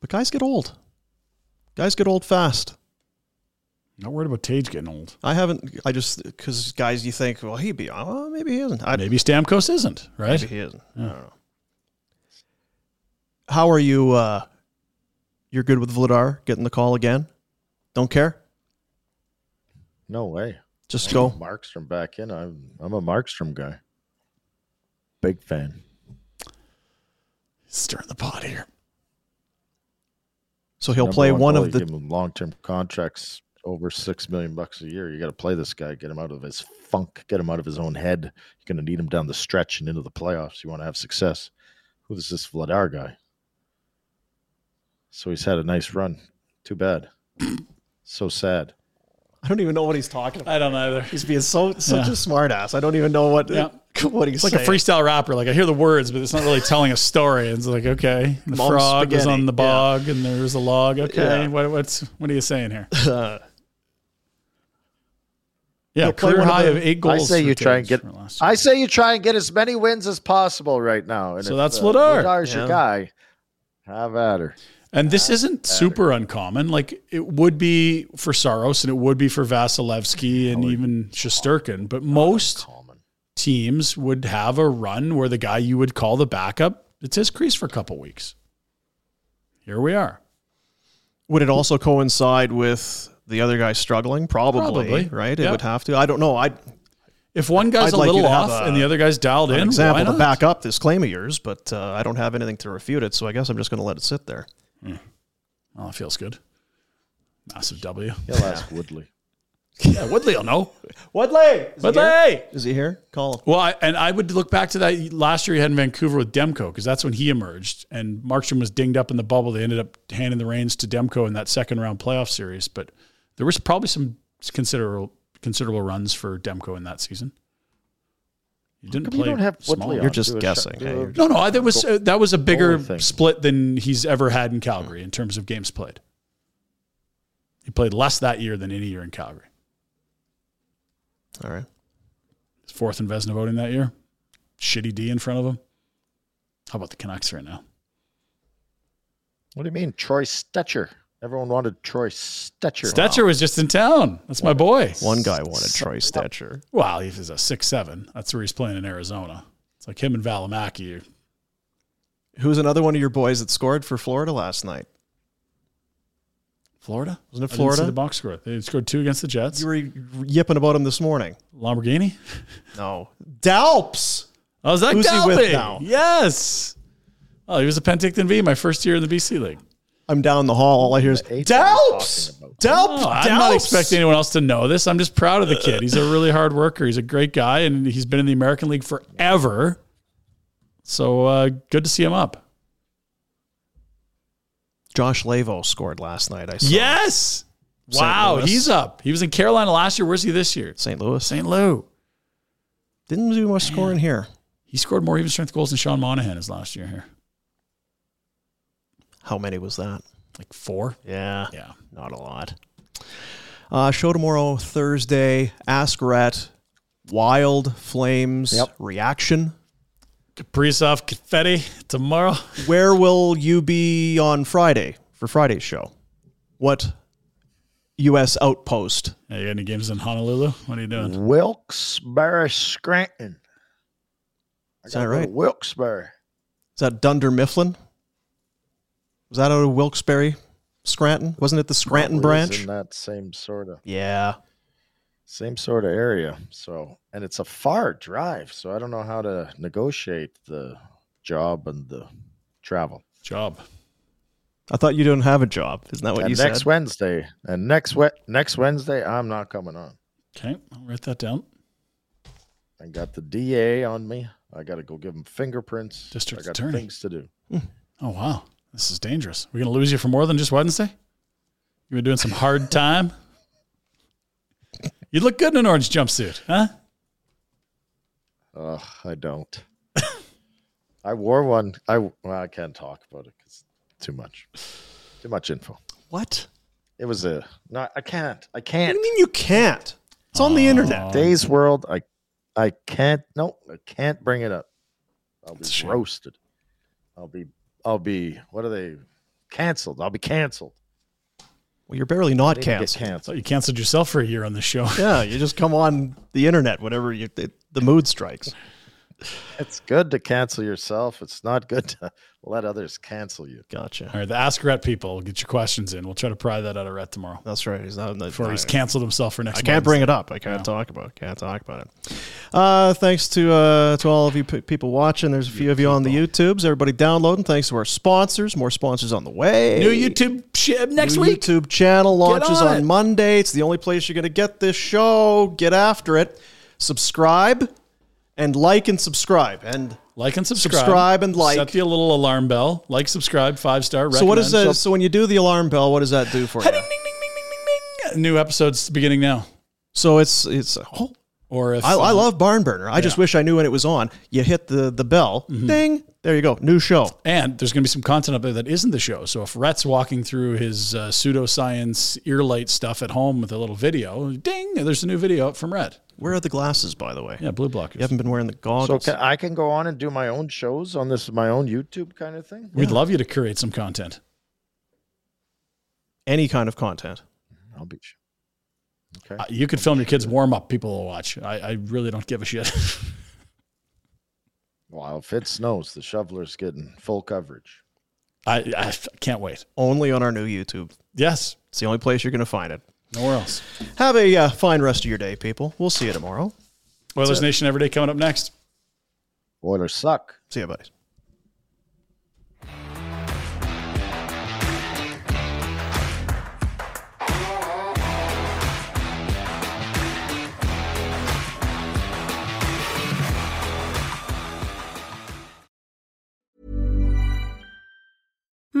C: But guys get old. Guys get old fast.
D: Not worried about Tage getting old.
C: I haven't. I just because guys, you think, well, he'd be. Oh, maybe he isn't. I,
D: Maybe Stamkos isn't right.
C: maybe he isn't. I don't know. How are you? Uh, you're good with Vladar getting the call again? Don't care.
F: No way.
C: Just
F: I
C: go.
D: [LAUGHS]
F: want Markstrom back in. I'm I'm a Markstrom guy. Big fan.
D: Stirring the pot here.
C: So he'll play one of the.
F: long term contracts over six million bucks a year. You got to play this guy, get him out of his funk, get him out of his own head. You're going to need him down the stretch and into the playoffs. You want to have success. Who is this Vladar guy? So he's had a nice run. Too bad. so sad.
C: [LAUGHS] I don't even know what he's talking about.
D: I don't either.
C: He's being so such
D: Yeah.
C: a smartass. I don't even know what
D: Yeah.
C: [LAUGHS] what he's
D: It's like
C: saying.
D: a freestyle rapper. Like I hear the words, but it's not really telling a story. It's like okay, the
C: Mom's
D: frog was
C: spaghetti.
D: on the bog, and there was a log. Okay,
C: Yeah.
D: what, what's what are you
F: [LAUGHS]
D: saying here?
C: yeah,
F: Yeah, play
D: career
F: one of
D: high
F: the-
D: of, eight goals.
F: I say
D: for
F: you try and
D: Tibbs
F: get.
D: for last
F: I say you try and get as many wins as possible right now. And
D: So
F: if,
D: that's
F: uh,
D: Vladar.
F: Vladar's your
D: Yeah.
F: guy. Have at her.
D: And this isn't super uncommon. Like it would be for Saros and it would be for Vasilevsky and even Shusterkin. But most teams would have a run where the guy you would call the backup, it's his crease for a couple weeks. Here we are.
C: Would it also coincide with the other guy struggling? Probably,
D: Probably.
C: right? It
D: Yeah.
C: would have to. I don't know. I
D: If one guy's a
C: I'd like you
D: little
C: to have
D: off
C: a-
D: and the other guy's dialed
C: an
D: in, why
C: example to
D: not?
C: back up this claim of yours, but uh, I don't have anything to refute it, so I guess I'm just going to let it sit there.
D: Oh, it feels good. Massive W.
F: He'll ask Woodley.
D: Yeah, Woodley will know.
C: Woodley,
D: Is he Woodley! here?
C: is he here? Call him.
D: Well, I, and I would look back to that last year he had in Vancouver with Demko because that's when he emerged, and Markstrom was dinged up in the bubble. They ended up handing the reins to Demko in that second round playoff series, but there was probably some considerable considerable runs for Demko in that season. You didn't
F: Come
D: play.
F: you don't have
D: small.
F: Woodley. on?
C: You're just
F: Do a shot-
C: guessing,
F: do
C: eh?
F: a-
C: You're just-
D: No, no, I, that was uh, that was a bigger
F: Goalie thing.
D: split than he's ever had in Calgary in terms of games played. He played less that year than any year in Calgary.
C: All right.
D: He's fourth in Vesna voting that year. Shitty D in front of him. How about the Canucks right now?
F: What do you mean, Troy Stetcher? Everyone wanted Troy Stetcher.
D: Stetcher was just in town. That's my boy.
C: One guy wanted Troy Stetcher.
D: Well, he's a six seven. That's where he's playing in Arizona. It's like him and Valimaki.
C: Who's another one of your boys that scored for Florida last night?
D: Florida
C: Wasn't
D: I
C: it
D: didn't see
C: Florida?
D: the box score. They scored two against the Jets.
C: You were yipping about him this morning.
D: Lamborghini.
C: No, Dalps.
D: Oh, is that
C: Who's he with
D: Galbi?
C: now?
D: Yes. Oh, he was a Penticton V my first year in the BC league.
C: I'm down the hall. All I hear is
F: Eight
C: Dalps. Dalps.
D: Oh, I'm not
C: Dalps!
D: expecting anyone else to know this. I'm just proud of the kid. He's a really hard worker. He's a great guy, and he's been in the American League forever. So uh, good to see him up.
C: Josh Lavo scored last night. I saw.
D: Yes.
C: St.
D: Wow,
C: Louis.
D: he's up. He was in Carolina last year. Where's he this year?
C: St. Louis
D: St. Lou.
C: didn't do much scoring here.
D: He scored more even strength goals than Sean Monahan is last year here.
C: How many was that?
D: Like four.
C: Yeah,
D: Yeah.
C: not a lot. Uh, show tomorrow, Thursday. Ask Rat. Wild Flames
F: Yep.
C: reaction.
D: Kaprizov confetti tomorrow.
C: Where will you be on Friday for Friday's show? What U.S. outpost?
D: Hey, you got any games in Honolulu? What are you doing?
F: Wilkes-Barre Scranton. I
C: Is that
F: gotta go to
C: right?
F: Wilkes-Barre.
C: Is that Dunder Mifflin? Was that out of Wilkes-Barre, Scranton? Wasn't it the Scranton
F: It was
C: branch?
F: in that same sort of
C: Yeah.
F: same sort of area. So, and it's a far drive. So I don't know how to negotiate the job and the travel.
D: Job.
C: I thought you didn't have a job. Isn't that what
F: and
C: you
F: next
C: said?
F: Wednesday, and next we- next Wednesday, I'm not coming on.
D: Okay, I'll write that down.
F: I got the DA on me. I got to go give them fingerprints.
D: District
F: I got
D: attorney.
F: things to do.
D: Oh wow, this is dangerous. We're gonna lose you for more than just Wednesday. You've been doing some
C: [LAUGHS]
D: hard time. You look good in an orange jumpsuit, huh?
F: Ugh, I don't. [LAUGHS] I wore one. I well, I can't talk about it because too much, too much info.
C: What?
F: It was a no. I can't. I
C: What
F: can't.
C: do you mean you can't? It's on the
D: Um,
C: internet.
F: Today's world. I, I can't. No, I can't bring it up. I'll be
D: It's a shame.
F: roasted. I'll be. I'll be. What are they? Cancelled. I'll be cancelled.
C: Well, you're barely not
F: They didn't get
C: canceled.
D: So
F: Cancelled.
D: you canceled yourself for a year on the show. [LAUGHS]
C: Yeah, you just come on the internet whenever you, it, the mood strikes.
F: It's good to cancel yourself. It's not good to [LAUGHS] let others cancel you.
C: Gotcha.
D: All right, the Ask Ret people, get your questions in. We'll try to pry that out of Ret tomorrow.
C: That's right. He's not
D: before he's canceled himself for next.
C: I can't bring it up. I can't
D: Wednesday.
C: talk about. it. Can't talk about it. Uh, thanks to uh, to all of you p- people watching. There's a few of you on the YouTubes. Everybody downloading. Thanks to our sponsors. More sponsors on the way.
D: New YouTube ch- next
C: New
D: week.
C: YouTube channel launches
D: on
C: on,
D: it.
C: Monday. It's the only place you're going to get this show. Get after it. Subscribe and like and subscribe and
D: like and subscribe.
C: Subscribe and like.
D: Set the little alarm bell. Like, subscribe, five star.
C: So what is
D: recommend.
C: that? So when you do the alarm bell, what does that do for you?
D: New episodes beginning now.
C: So it's it's oh,
D: Or if
C: I, I
D: uh,
C: love Barn Burner. I
D: Yeah.
C: just
D: Mm-hmm.
C: wish I knew when it was on. You hit the the bell, ding. There you go. New show.
D: And there's going to be some content up there that isn't the show. So if Rhett's walking through his uh, pseudoscience earlight stuff at home with a little video, ding, there's a new video up from Rhett.
C: Where are the glasses, by the way?
D: Yeah, blue blockers.
C: You haven't been wearing the
F: So
C: goggles.
F: can, I can go on and do my own shows on this, my own YouTube kind of thing.
D: We'd love you to curate some content.
C: Any kind of content.
F: I'll be sure.
D: Uh, you could film your kids' warm up. People will watch. I, I really don't give a shit. [LAUGHS]
F: Well, if it snows, the shoveler's getting full coverage.
D: I, I can't wait.
C: Only on our new YouTube.
D: Yes,
C: it's the only place you're going to find it.
D: Nowhere else.
C: Have a uh, fine rest of your day, people. We'll see you tomorrow.
D: Oilers
C: it.
D: Nation Everyday coming up next.
F: Oilers suck.
C: See you, buddies.